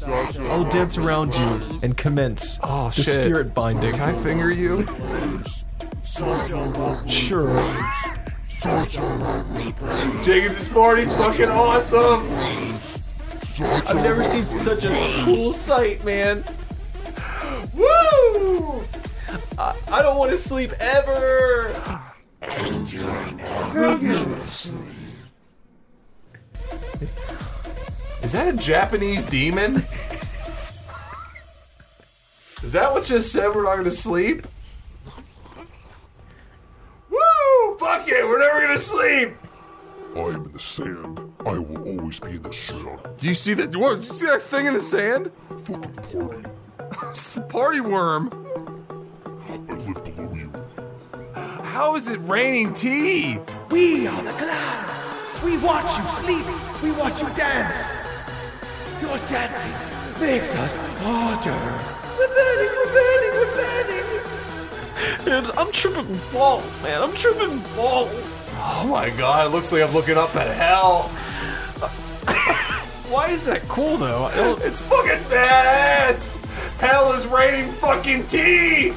I'll dance around you and commence
Oh,
the
shit.
spirit binding.
Can I finger you?
Sure.
Jenkins, this party's fucking awesome!
I've never seen such a cool sight, man.
Woo!
I, I don't want to sleep ever.
Is that a Japanese demon? Is that what just said we're not gonna sleep? Woo! Fuck it, we're never gonna sleep!
I am in the sand. I will always be in the sand.
Do you see that? What? Did you see that thing in the sand?
Fucking party.
it's the party worm.
I live below you.
How is it raining tea?
We are the clouds. We watch you sleep. We watch you dance. Your dancing makes us harder. We're burning, we're burning, we're burning.
Dude, I'm tripping balls, man. I'm tripping balls.
Oh my god, it looks like I'm looking up at hell.
Why is that cool though? I don't-
It's fucking badass! Hell is raining fucking tea!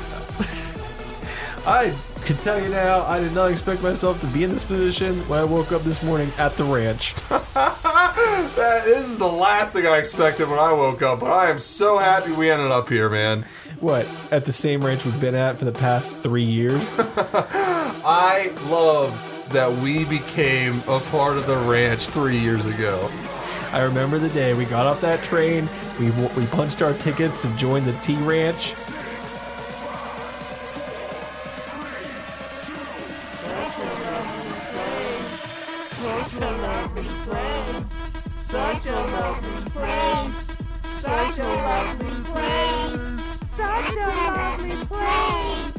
I can tell you now, I did not expect myself to be in this position when I woke up this morning at the ranch.
That, this is the last thing I expected when I woke up, but I am so happy we ended up here, man.
what? At the same ranch we've been at for the past three years?
I love that we became a part of the ranch three years ago.
I remember the day we got off that train, we, we punched our tickets and joined the T Ranch.
Such a lovely friends. Such a lovely friends. Such a lovely friends. Such a lovely friends.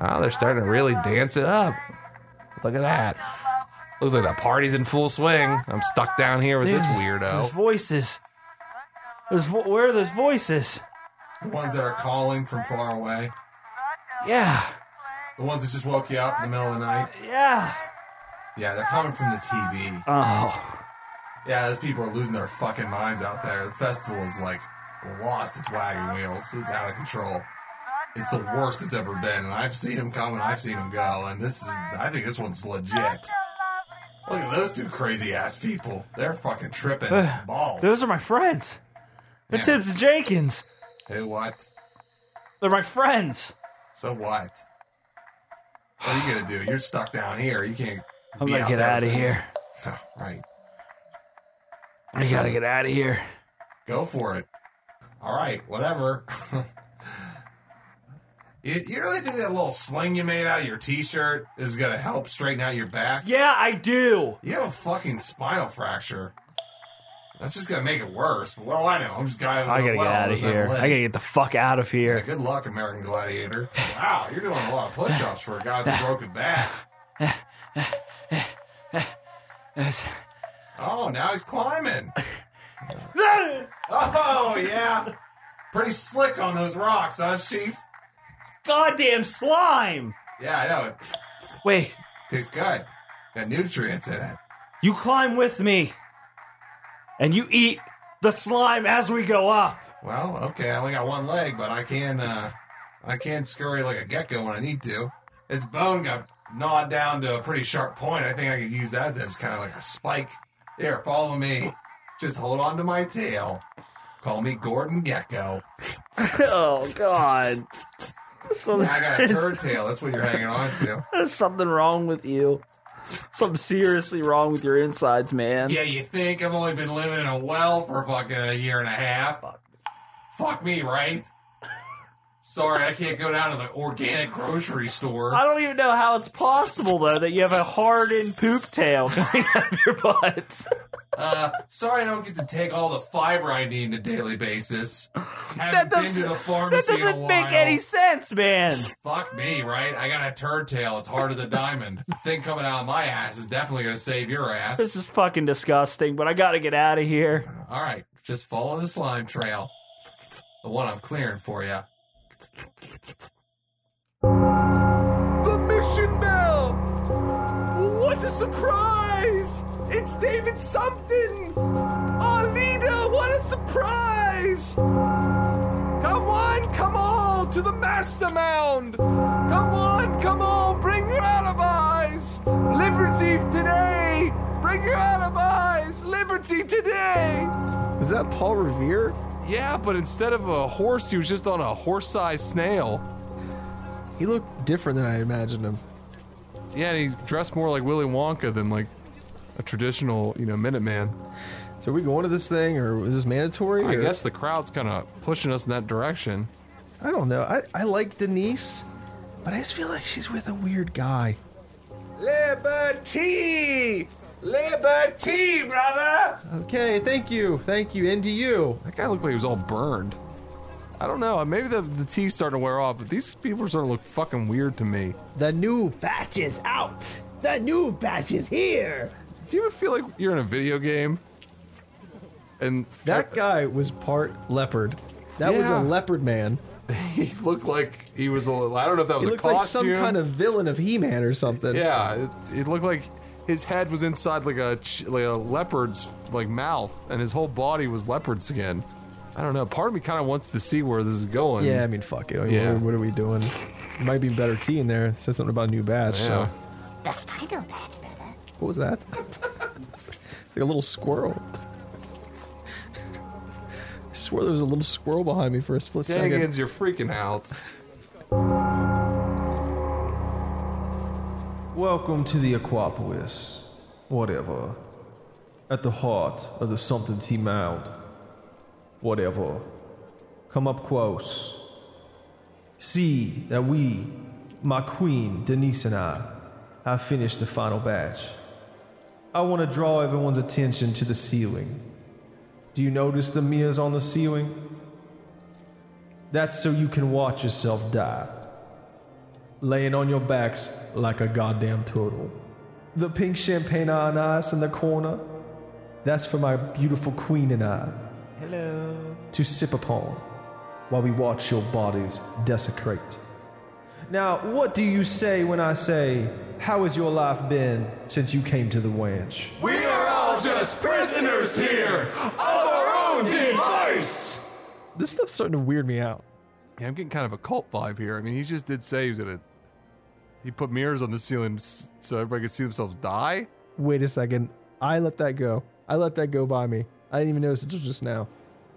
Oh, they're starting to really dance it up. Look at that. Looks like the party's in full swing. I'm stuck down here with this
There's-
weirdo.
Those voices. Those vo- where are those voices?
The ones that are calling from far away.
Yeah,
The ones that just woke you up in the middle of the night.
yeah.
Yeah, they're coming from the TV.
Oh,
Yeah, those people are losing their fucking minds out there. The festival is like lost its wagon wheels. It's out of control. It's the worst it's ever been. And I've seen them come and I've seen them go. And this is, I think this one's legit. Look at those two crazy ass people. They're fucking tripping
Ugh.
balls.
those are my friends. The Tibbs and Jenkins.
Hey, what?
They're my friends.
So what?
What are you gonna do? You're stuck down here. You can't.
I'm
be
gonna
out
get
there
out of
with
here.
them. right.
I gotta get out of here.
Go for it. All right, whatever.
You, you really think that little sling you made out of your t-shirt
is gonna help straighten out your back.
Yeah, I do.
You have a fucking spinal fracture. That's just gonna make it worse. But what do I know? I'm just a guy.
I gotta get out of here. I gotta get the fuck out of here.
Good luck, American Gladiator. Wow, you're doing a lot of push-ups for a guy with a broken back.
That's-
Oh, now he's climbing. Oh yeah, pretty slick on those rocks, huh, Chief?
Goddamn slime.
Yeah, I know. It
Wait,
tastes good. Got nutrients in it.
you climb with me, and you eat the slime as we go up.
Well, okay, I only got one leg, but I can uh I can scurry like a gecko when I need to. This bone got gnawed down to a pretty sharp point. I think I could use that as kind of like a spike. Here, follow me. Just hold on to my tail. Call me Gordon Gecko.
oh God. So
I got a turd tail. That's what you're hanging on to.
There's something wrong with you. Something seriously wrong with your insides, man.
Yeah, you think I've only been living in a well for fucking a year and a half? Fuck me, right? Sorry, I can't go down to the organic grocery store.
I don't even know how it's possible though that you have a hardened poop tail coming out of your butt.
Uh, sorry, I don't get to take all the fiber I need on a daily basis. Haven't
That
been
doesn't-
to the
that
pharmacy in a
doesn't
while.
make any sense, man.
Fuck me, right? I got a turd tail. It's hard as a diamond. Thing coming out of my ass is definitely gonna save your ass.
This is fucking disgusting, but I gotta get out of here.
All right, just follow the slime trail. The one I'm clearing for you.
The mission bell! What a surprise! It's David Something! Our leader, what a surprise! Come on, come all to the Master Mound! Come on, come all, bring your alibis! Liberty today! Bring your alibis! Liberty today!
Is that Paul Revere?
Yeah, but instead of a horse, he was just on a horse-sized snail.
He looked different than I imagined him.
Yeah, and he dressed more like Willy Wonka than like a traditional, you know, Minuteman.
So are we going to this thing, or is this mandatory?
I
or-
guess the crowd's kind of pushing us in that direction.
I don't know. I, I like Denise, but I just feel like she's with a weird guy.
Liberty! Liberty, brother!
Okay, thank you, thank you, and to you.
That guy looked like he was all burned. I don't know. Maybe the, the tea's starting to wear off, but these people are starting to look fucking weird to me.
The new
batch is out. The new batch is here.
Do you ever feel like you're in a video game? And
that guy was part leopard. That was a
Uh, Yeah.
leopard man.
He looked like he was a little, I don't know if that was
he
a
looked
costume.
like some kind of villain of He-Man or something.
Yeah, it, it looked like his head was inside like a ch- like a leopard's like mouth, and his whole body was leopard skin. I don't know. Part of me kind of wants to see where this is going.
Yeah, I mean, fuck it. I mean,
Yeah.
What, are, what are we doing? There might be better tea in there. It says something about a new batch. So,
Yeah.
The final batch, brother.
what was that? it's like a little squirrel. I swear there was a little squirrel behind me for a split
Jenkins,
second.
you're freaking out.
Welcome to the Aquapolis. Whatever. At the heart of the something tea mound. Whatever. Come up close. See that we, my queen, Denise, and I, have finished the final batch. I want to draw everyone's attention to the ceiling. Do you notice the mirrors on the ceiling? That's so you can watch yourself die. Laying on your backs like a goddamn turtle. The pink champagne on ice in the corner? That's for my beautiful queen and I
Hello.
to sip upon while we watch your bodies desecrate. Now, what do you say when I say, How has your life been since you came to the ranch?
We are all just prisoners here of our own device!
This stuff's starting to weird me out.
Yeah, I'm getting kind of a cult vibe here. I mean, he just did say he was gonna. He put mirrors on the ceiling s- so everybody could see themselves die.
Wait a second. I let that go. I let that go by me. I didn't even notice it till just now.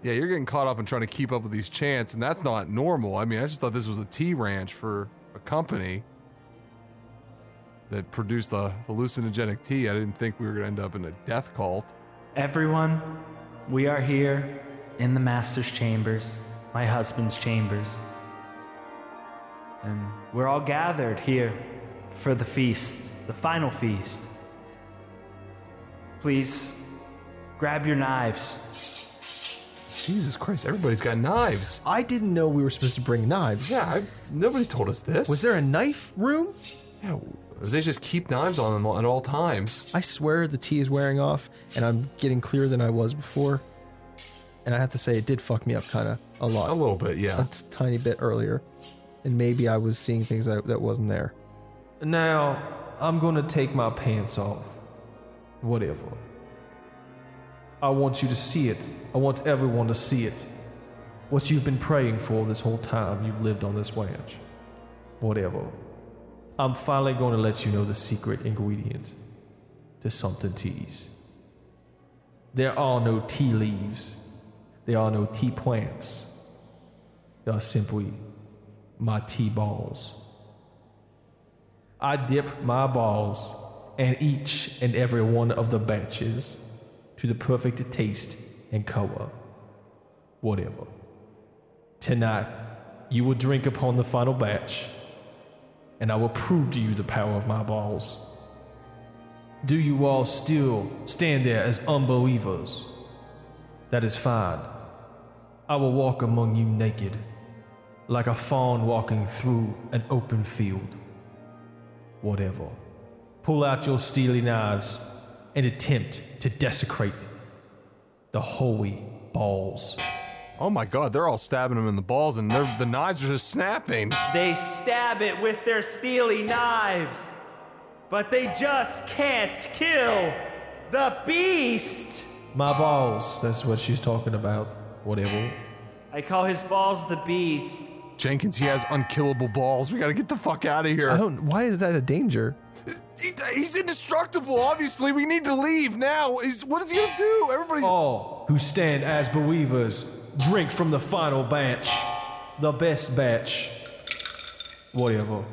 Yeah, you're getting caught up in trying to keep up with these chants, and that's not normal. I mean, I just thought this was a tea ranch for a company that produced a hallucinogenic tea. I didn't think we were going to end up in a death cult.
Everyone, we are here in the master's chambers, my husband's chambers. And we're all gathered here for the feast, the final feast. Please grab your knives.
Jesus Christ, everybody's got knives.
I didn't know we were supposed to bring knives.
Yeah, I, nobody told us this.
Was there a knife room?
Yeah, they just keep knives on them at all times.
I swear the tea is wearing off and I'm getting clearer than I was before. And I have to say, it did fuck me up kind of a lot.
A little bit, yeah.
A t- tiny bit earlier. And maybe I was seeing things that, that wasn't there. Now, I'm going to take my pants off. Whatever. I want you to see it. I want everyone to see it. What you've been praying for this whole time you've lived on this ranch. Whatever. I'm finally going to let you know the secret ingredient to something teas. There are no tea leaves. There are no tea plants. They are simply my tea balls. I dip my balls and each and every one of the batches to the perfect taste and color. Whatever. Tonight, you will drink upon the final batch, and I will prove to you the power of my balls. Do you all still stand there as unbelievers? That is fine. I will walk among you naked, like a fawn walking through an open field. Whatever. Pull out your steely knives and attempt to desecrate the holy balls.
Oh my god, they're all stabbing him in the balls, and they're- the knives are just snapping.
They stab it with their steely knives, but they just can't kill the beast.
My balls, that's what she's talking about. Whatever.
I call his balls the beast.
Jenkins, he has unkillable balls. We gotta get the fuck out of here.
I don't. Oh, Why is that a danger?
He- he's indestructible, obviously. We need to leave now. He's, what is he gonna do? Everybody's.
All who stand as believers drink from the final batch, the best batch. Whatever.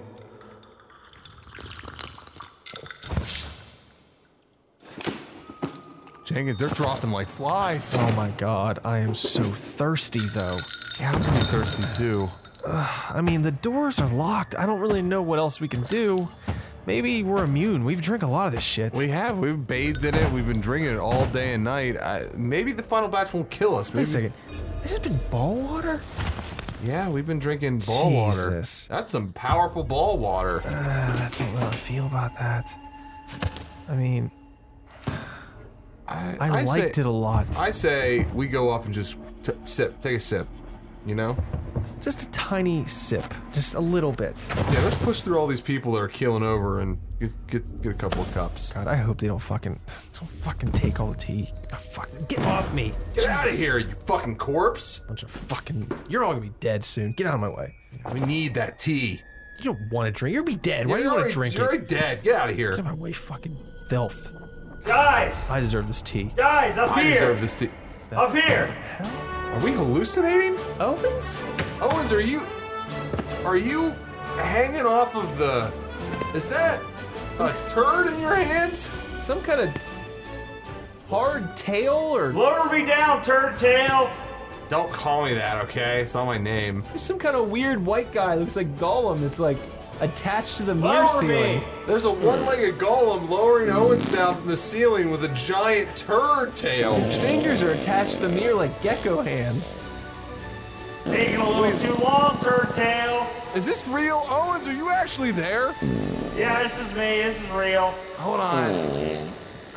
Jenkins, they're dropping like flies.
Oh my god, I am so thirsty though.
Yeah, I'm pretty thirsty too.
Ugh, I mean, the doors are locked. I don't really know what else we can do. Maybe we're immune. We've drank a lot of this shit.
We have. We've bathed in it. We've been drinking it all day and night. I, maybe the final batch won't kill us. Maybe.
Wait a second. Has it been ball water?
Yeah, we've been drinking ball
Jesus.
water. That's some powerful ball water.
Uh, I don't know how I feel about that. I mean, I,
I
liked
say-
it a lot.
I say we go up and just t- sip, take a sip. You know?
Just a tiny sip, just a little bit.
Yeah, let's push through all these people that are keeling over and get get, get a couple of cups.
God, I hope they don't fucking don't fucking take all the tea. Oh, fuck, get off me!
Get out of
Jesus.
here, you fucking corpse!
Bunch of fucking. You're all gonna be dead soon. Get out of my way.
We need that tea.
You don't want to drink. You'll be dead. Why do you
You're
want to
already-
drink
You're
it?
already dead. Get out of
Get out of
here.
my way, fucking filth.
Guys,
I deserve this tea.
guys, up
I
here,
deserve this tea.
up here.
Are we hallucinating?
Owens?
Owens, are you are you hanging off of the? Is that a turd in your hands?
Some kind of hard tail or
Lower me down, turd tail.
Don't call me that, okay? It's not my name.
some kind of weird white guy looks like Gollum that's like attached to the mirror
Lower
ceiling.
me.
There's a one-legged golem lowering Owens down from the ceiling with a giant turd tail.
His fingers are attached to the mirror like gecko hands.
It's taking a little too long, turd tail.
Is this real, Owens? Are you actually there?
Yeah, this is me. This is real.
Hold on.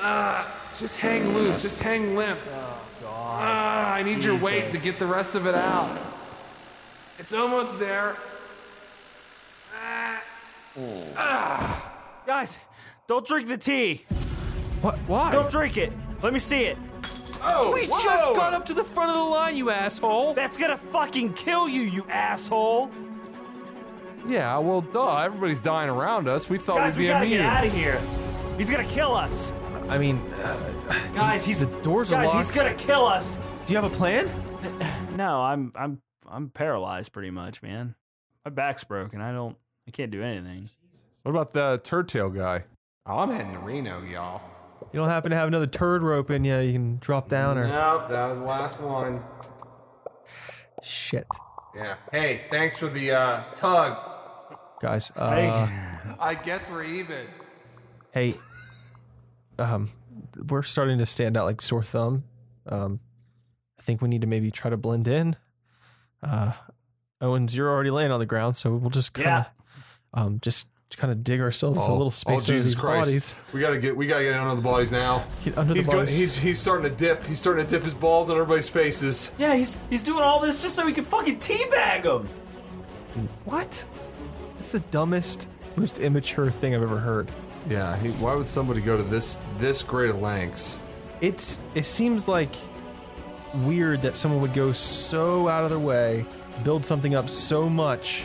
Uh, just hang loose. Just hang limp. Oh, God. I need your weight to get the rest of it out. It's almost there.
Guys, don't drink the tea.
What? Why?
Don't drink it. Let me see it.
Oh,
we
whoa.
just got up to the front of the line, you asshole.
That's gonna fucking kill you, you asshole.
Yeah, well, duh. Everybody's dying around us. We thought
Guys,
we'd
we
be
gotta get
immune.
out of here. He's gonna kill us.
I mean, uh,
Guys, he's
the doors are
guys.
locked.
He's gonna kill us.
Do you have a plan?
No, I'm I'm I'm paralyzed pretty much, man. My back's broken. I don't I can't do anything.
What about the turd tail guy? Oh, I'm heading to Reno, y'all.
You don't happen to have another turd rope in you? You can drop down or
Nope, that was the last one.
shit,
Yeah. Hey, thanks for the uh, tug.
guys. Uh,
I guess we're even.
hey, um, we're starting to stand out like sore thumb. Um, I think we need to maybe try to blend in. Uh, Owens, you're already laying on the ground, so we'll just kind of, um, just kind of dig ourselves
Oh,
a little space under these bodies.
We gotta get we gotta get under the bodies now.
Get under the
he's go-
bodies.
he's he's starting to dip. He's starting to dip his balls on everybody's faces.
Yeah, he's he's doing all this just so we can fucking teabag him.
What? It's the dumbest, most immature thing I've ever heard.
Yeah. He, why would somebody go to this this great of lengths?
It's it seems like weird that someone would go so out of their way, build something up so much,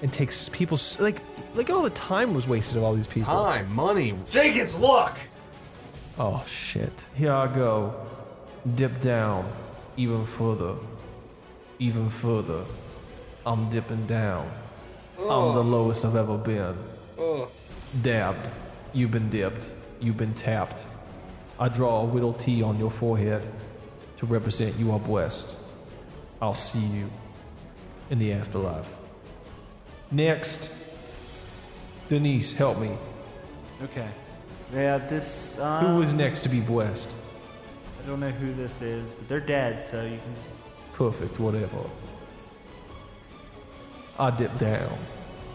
and takes people s- like like all the time was wasted of all these people.
Time, money.
Jenkins, look.
Oh shit! Here I go, dip down, even further, even further. I'm dipping down. I'm the lowest I've ever been. Dabbed. You've been dipped. You've been tapped. I draw a whittle T on your forehead to represent you are blessed. I'll see you in the afterlife. Next. Denise, help me.
Okay. Yeah, this uh,
Who was next to be blessed?
I don't know who this is, but they're dead, so you can
Perfect, whatever. I dip down.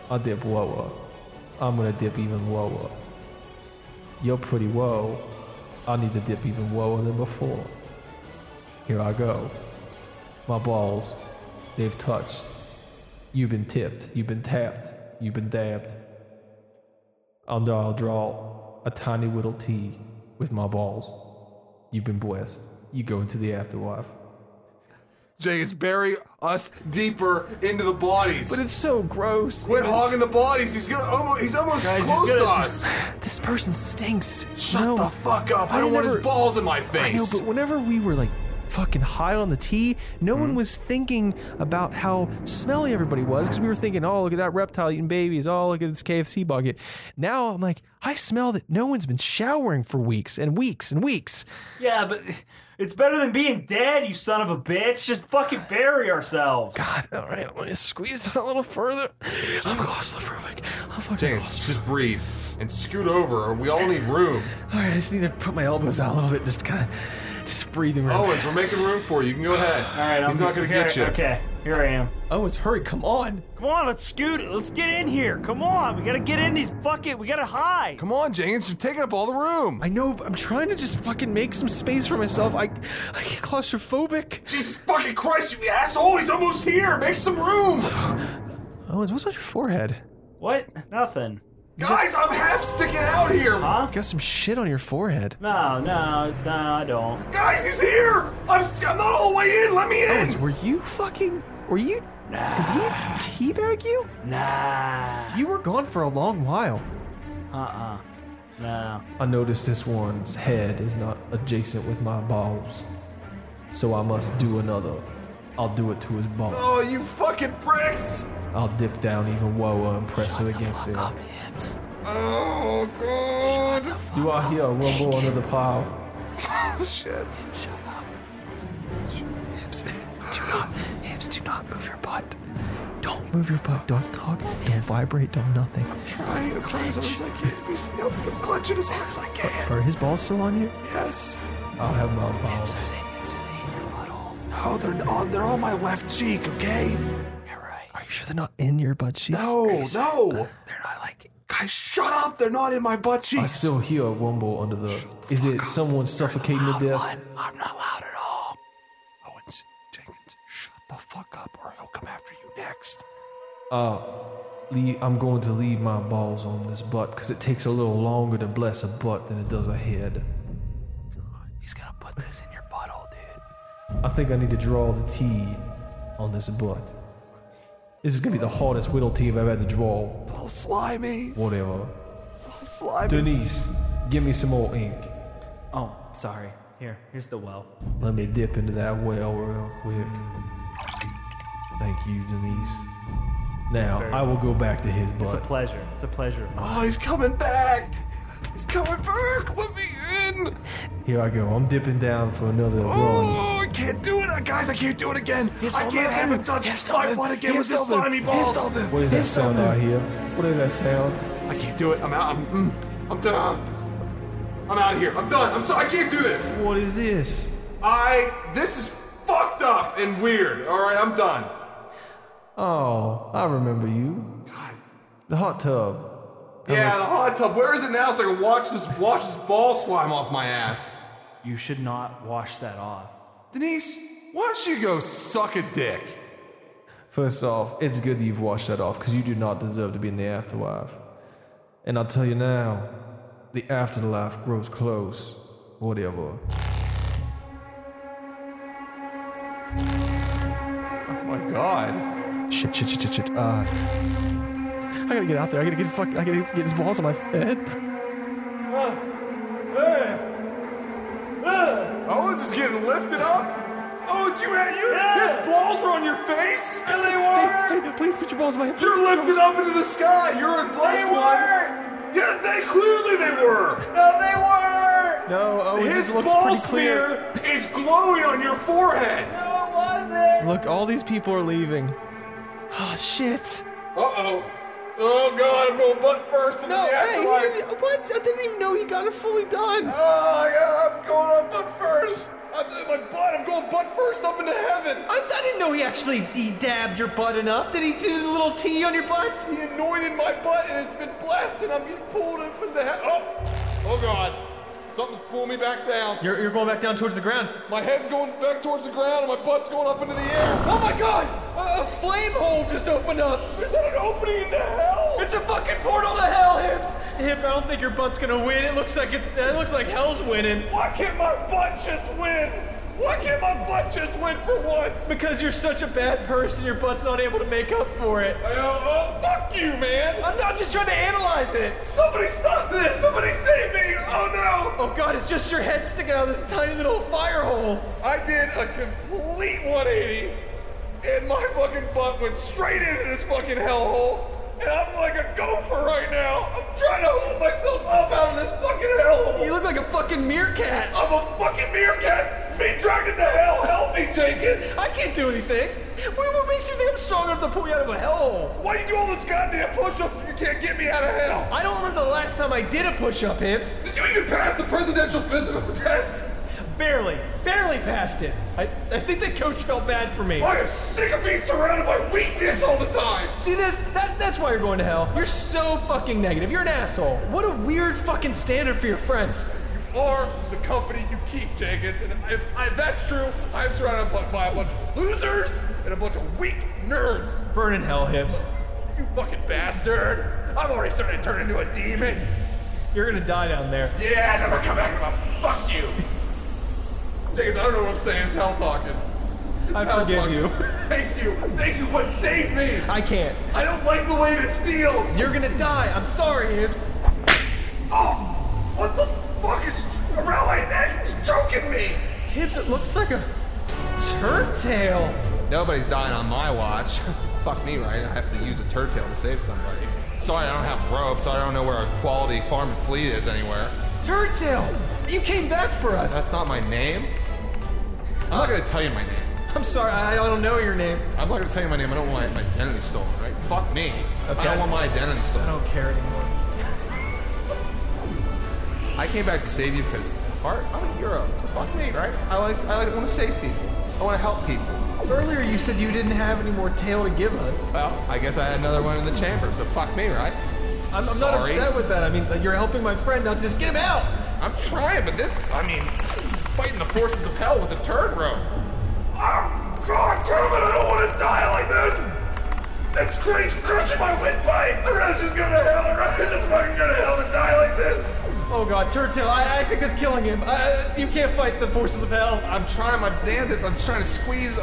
I dip lower. I'm gonna dip even lower. You're pretty low. I need to dip even lower than before. Here I go. My balls, they've touched. You've been tipped. You've been tapped. You've been dabbed. I'll, I'll draw a tiny little T with my balls. You've been blessed. You go into the afterlife.
Jenkins, bury us deeper into the bodies.
But it's so gross.
Quit
It's-
hogging the bodies. He's gonna almost he's almost
Guys, he's
close to
gonna-
us.
This person stinks.
Shut the fuck up. I,
I
don't want his
never-
balls in my
I know,
face.
but whenever we were like fucking high on the tea. No
Hmm?
one was thinking about how smelly everybody was because we were thinking, oh, look at that reptile eating babies. Oh, look at this KFC bucket. Now I'm like, I smell that no one's been showering for weeks and weeks and weeks.
Yeah, but it's better than being dead, you son of a bitch. Just fucking bury ourselves.
God, all right, let me squeeze it a little further. I'm claustrophobic. I'm fucking
Chance, just breathe and scoot over. We all need room.
All right, I just need to put my elbows out a little bit, just kind of just breathing. Room.
Owens, we're making room for you. You can go ahead.
All right,
He's
I'm
not going to
here-
get you.
Okay, here I am.
Owens, Oh, hurry! Come on.
Come on, let's scoot it. Let's get in here. Come on, we gotta get in these fucking. We gotta hide.
Come on, Jenkins, you're taking up all the room.
I know, but I'm trying to just fucking make some space for myself. I, I get claustrophobic.
Jesus fucking Christ, you asshole! He's almost here. Make some room,
Owens, what's on your forehead?
What? Nothing.
guys. I'm half sticking out here.
Huh?
Got some shit on your forehead.
No, no, no, I don't.
Guys, he's here. I'm, st- I'm not all the way in. Let me in.
Owens, were you fucking? Were you? Did he teabag you?
Nah.
You were gone for a long while.
Uh-uh. No.
I notice this one's head is not adjacent with my balls, so I must do another. I'll do it to his balls.
Oh, you fucking pricks!
I'll dip down even lower and press it against it.
Oh god!
Do I hear a rumble under the pile?
Shit!
Hips, do not, hips, do not move your butt. Don't move your butt. Don't talk. Don't vibrate. Don't nothing.
Trying, I'm trying as hard as I can to be still. I'm clutching as hard as I can.
Are his balls still on you?
Yes.
I'll have my balls.
No, they're on. They're on my left cheek. Okay.
Are you sure they're not in your butt cheeks?
No, no. They're not like. Guys, shut up! They're not in my butt
I
cheeks.
still hear a rumble under the. Is it someone suffocating to death?
I'm not loud at all. Owens, Jenkins, shut the fuck up, or he'll come after you next.
Uh, leave, I'm going to leave my balls on this butt because it takes a little longer to bless a butt than it does a head.
He's gonna put this in your butthole, dude.
I think I need to draw the T on this butt. This is gonna be the hardest whittle T I've ever had to draw.
It's all slimy.
Whatever.
It's all slimy.
Denise, give me some more ink.
Oh, sorry. Here, here's the well.
Let me dip into that well real quick. Thank you, Denise. Now I will go back to his
It's a
butt.
pleasure. It's a pleasure.
Oh, he's coming back. He's coming back. Let me in.
Here I go. I'm dipping down for another run.
Oh, I can't do it, guys. I can't do it again. I can't have him touch my butt again with his slimy balls.
What is that sound out here? What is that sound?
I can't do it. I'm out. I'm. Mm, I'm done. I'm out of here. I'm done. I'm sorry. I can't do this.
What is this?
I. This is fucked up and weird. All right, I'm done.
Oh, I remember you. The hot tub.
Yeah, the hot tub. Where is it now so I can watch this wash this ball slime off my ass?
You should not wash that off.
Denise, why don't you go suck a dick?
First off, it's good that you've washed that off because you do not deserve to be in the afterlife. And I'll tell you now, the afterlife grows close. Whatever.
Oh my god.
Shit, shit, shit, shit, shit. Uh, I gotta get out there. I gotta get fuck. I gotta get his balls on my head.
Uh,
Owens is Oh, getting lifted up. Owens, you had you his balls were on your face. And they were.
Hey, please put your balls on my head.
You're lifted up into the sky. You're a blessed one. Yeah, they clearly they were.
No, they were!
No, oh,
His
this looks
ball
pretty clear.
smear is glowing on your forehead.
No, it wasn't!
Look, all these people are leaving. Oh shit.
Uh oh. Oh god, I'm going butt first into the afterlife.
what? I didn't even know he got it fully done.
Oh, yeah, I'm going on butt first. I'm doing my butt. I'm going butt first up into heaven.
I, I didn't know he actually he dabbed your butt enough. Did he do the little T on your butt?
He anointed my butt, and it's been blessed, and I'm getting pulled up into heaven. Oh, oh God, something's pulling me back down.
You're, you're going back down towards the ground.
My head's going back towards the ground, and my butt's going up into the air.
Oh my god! A, a flame hole just opened up.
Is that an opening into hell?
It's a fucking portal to hell, Hips. Hips, I don't think your butt's gonna win. It looks like it's, it looks like hell's winning.
Why can't my butt just win? Why can't my butt just win for once?
Because you're such a bad person, your butt's not able to make up for it.
Oh, oh, fuck you, man!
I'm not just trying to analyze it!
Somebody stop this! Somebody save me! Oh
no! Oh god, it's just your head sticking out of this tiny little fire hole!
I did a complete 180, and my fucking butt went straight into this fucking hellhole, and I'm like a gopher right now! I'm trying to hold myself up out of this fucking hellhole!
You look like a fucking meerkat!
I'm a fucking meerkat! being dragged into hell. Help me, Jacob.
I can't do anything. What makes you think I'm strong enough to pull you out of a hellhole?
Why do you do all those goddamn push-ups if you can't get me out of hell?
I don't remember the last time I did a push-up, Hibbs.
Did you even pass the presidential physical test?
Barely, barely passed it. I, I think the coach felt bad for me.
I am sick of being surrounded by weakness all the time.
See this? That, that's why you're going to hell. You're so fucking negative. You're an asshole. What a weird fucking standard for your friends
or the company you keep, Jenkins. And if, I, if that's true, I'm surrounded by, by, a bunch of losers and a bunch of weak nerds.
Burning hell hips.
You fucking bastard. I'm already starting to turn into a demon.
You're gonna die down there.
Yeah, never come back. Fuck you. Jenkins, I don't know what I'm saying. It's hell talking.
It's I forgive talking. you.
Thank you. Thank you, but save me.
I can't.
I don't like the way this feels.
You're gonna die. I'm sorry, Hibbs.
Oh, what the fuck is around my neck? It's choking me!
Hibbs, it looks like a turd tail.
Nobody's dying on my watch. fuck me, right? I have to use a turd tail to save somebody. Sorry, I don't have ropes. I don't know where a quality farm and fleet is anywhere.
Turd tail! You came back for us!
That's not my name. I'm uh, not gonna tell you my name.
I'm sorry, I don't know your name.
I'm not gonna tell you my name. I don't want my identity stolen, right? Fuck me. Okay. I don't want my identity stolen.
I don't care anymore.
I came back to save you because art, I'm a hero. So fuck me, right? I like I like, want to save people. I want to help people.
Earlier you said you didn't have any more tail to give us.
Well, I guess I had another one in the chamber, so fuck me, right?
I'm, I'm not upset with that. I mean, you're helping my friend now. Just get him out.
I'm trying, but this, I mean, fighting the forces of hell with a turd rope.
Oh, God, Kermit, I don't want to die like this. That's crazy, crushing my windpipe. I'd rather just go to hell. I'd rather just fucking go to hell than die like this.
Oh god, Turtle, I, I think it's killing him. I, you can't fight the forces of hell.
I'm trying my damnedest. I'm trying to squeeze.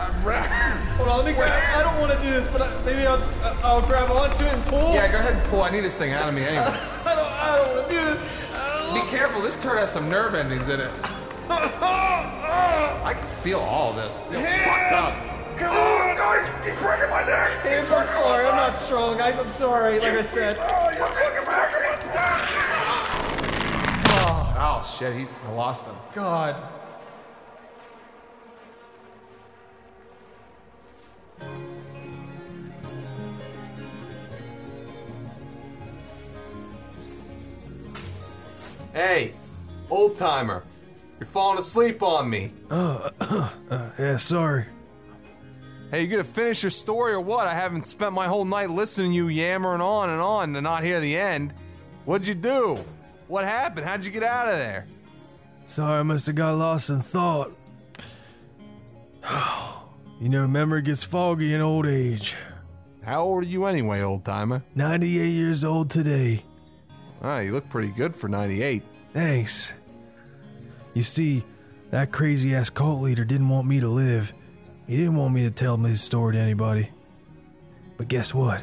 I'm wrapped.
Hold on, let me grab. I don't want to do this, but I, maybe I'll, just, uh, I'll grab onto it and pull.
Yeah, go ahead and pull. I need this thing out of me anyway.
I don't, I don't want to do this.
Be careful, this turd has some nerve endings in it. I can feel all this. Feel
Hips!
fucked up.
Come oh, on! God, he's breaking my neck!
Hips, I'm sorry, I'm not strong. I'm, I'm sorry, like I said.
Oh, you're fucking breaking my neck!
Oh shit, he I lost him.
God.
Hey, old timer. You're falling asleep on me.
Uh, uh, uh, yeah, sorry.
Hey, you gonna finish your story or what? I haven't spent my whole night listening to you yammering on and on to not hear the end. What'd you do? What happened? How'd you get out of there?
Sorry, I must have got lost in thought. you know, memory gets foggy in old age.
How old are you anyway, old timer?
98 years old today.
Ah, you look pretty good for 98.
Thanks. You see, that crazy ass cult leader didn't want me to live. He didn't want me to tell his story to anybody. But guess what?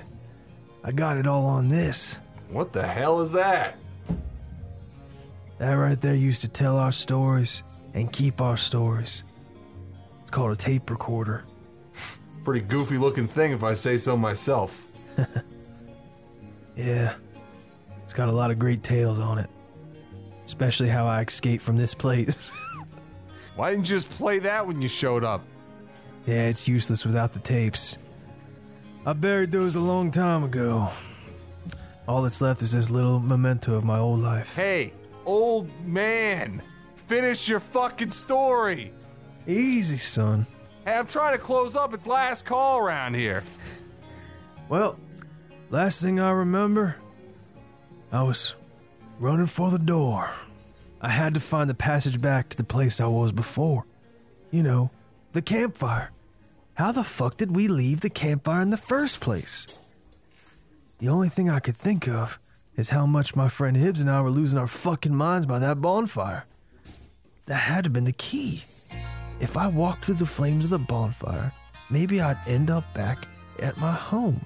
I got it all on this.
What the hell is that?
That right there used to tell our stories and keep our stories. It's called a tape recorder.
Pretty goofy looking thing, if I say so myself.
yeah. It's got a lot of great tales on it, especially how I escaped from this place.
Why didn't you just play that when you showed up?
Yeah, it's useless without the tapes. I buried those a long time ago. All that's left is this little memento of my old life.
Hey, old man. Finish your fucking story.
Easy, son.
Hey, I'm trying to close up. It's last call around here.
Well, last thing I remember, I was running for the door. I had to find the passage back to the place I was before. You know, the campfire. How the fuck did we leave the campfire in the first place? The only thing I could think of is how much my friend Hibbs and I were losing our fucking minds by that bonfire. That had to have been the key. If I walked through the flames of the bonfire, maybe I'd end up back at my home.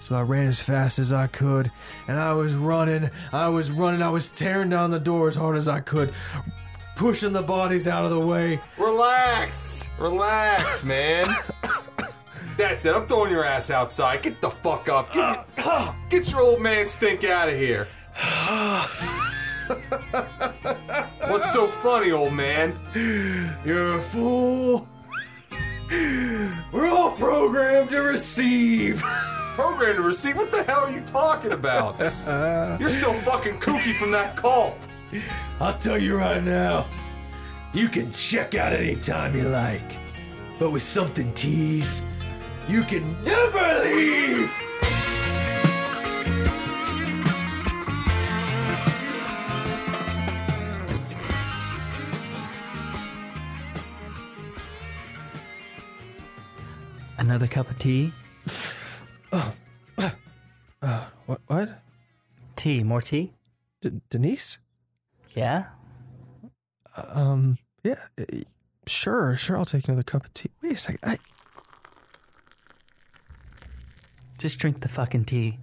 So I ran as fast as I could, and I was running, I was running, I was tearing down the door as hard as I could, pushing the bodies out of the way.
Relax, relax, man. That's it. I'm throwing your ass outside. Get the fuck up. Get, get your old man stink out of here. What's so funny, old man? You're a fool. We're all programmed to receive. Programmed to receive? What the hell are you talking about? You're still fucking kooky from that cult.
I'll tell you right now, you can check out anytime you like. But with something tease, you can never leave!
Another cup of tea?
Uh, what? What?
Tea, more tea?
D- Denise?
Yeah?
Um. Yeah. uh, Sure. Sure. I'll take another cup of tea. Wait a second. I,
Just drink the fucking tea.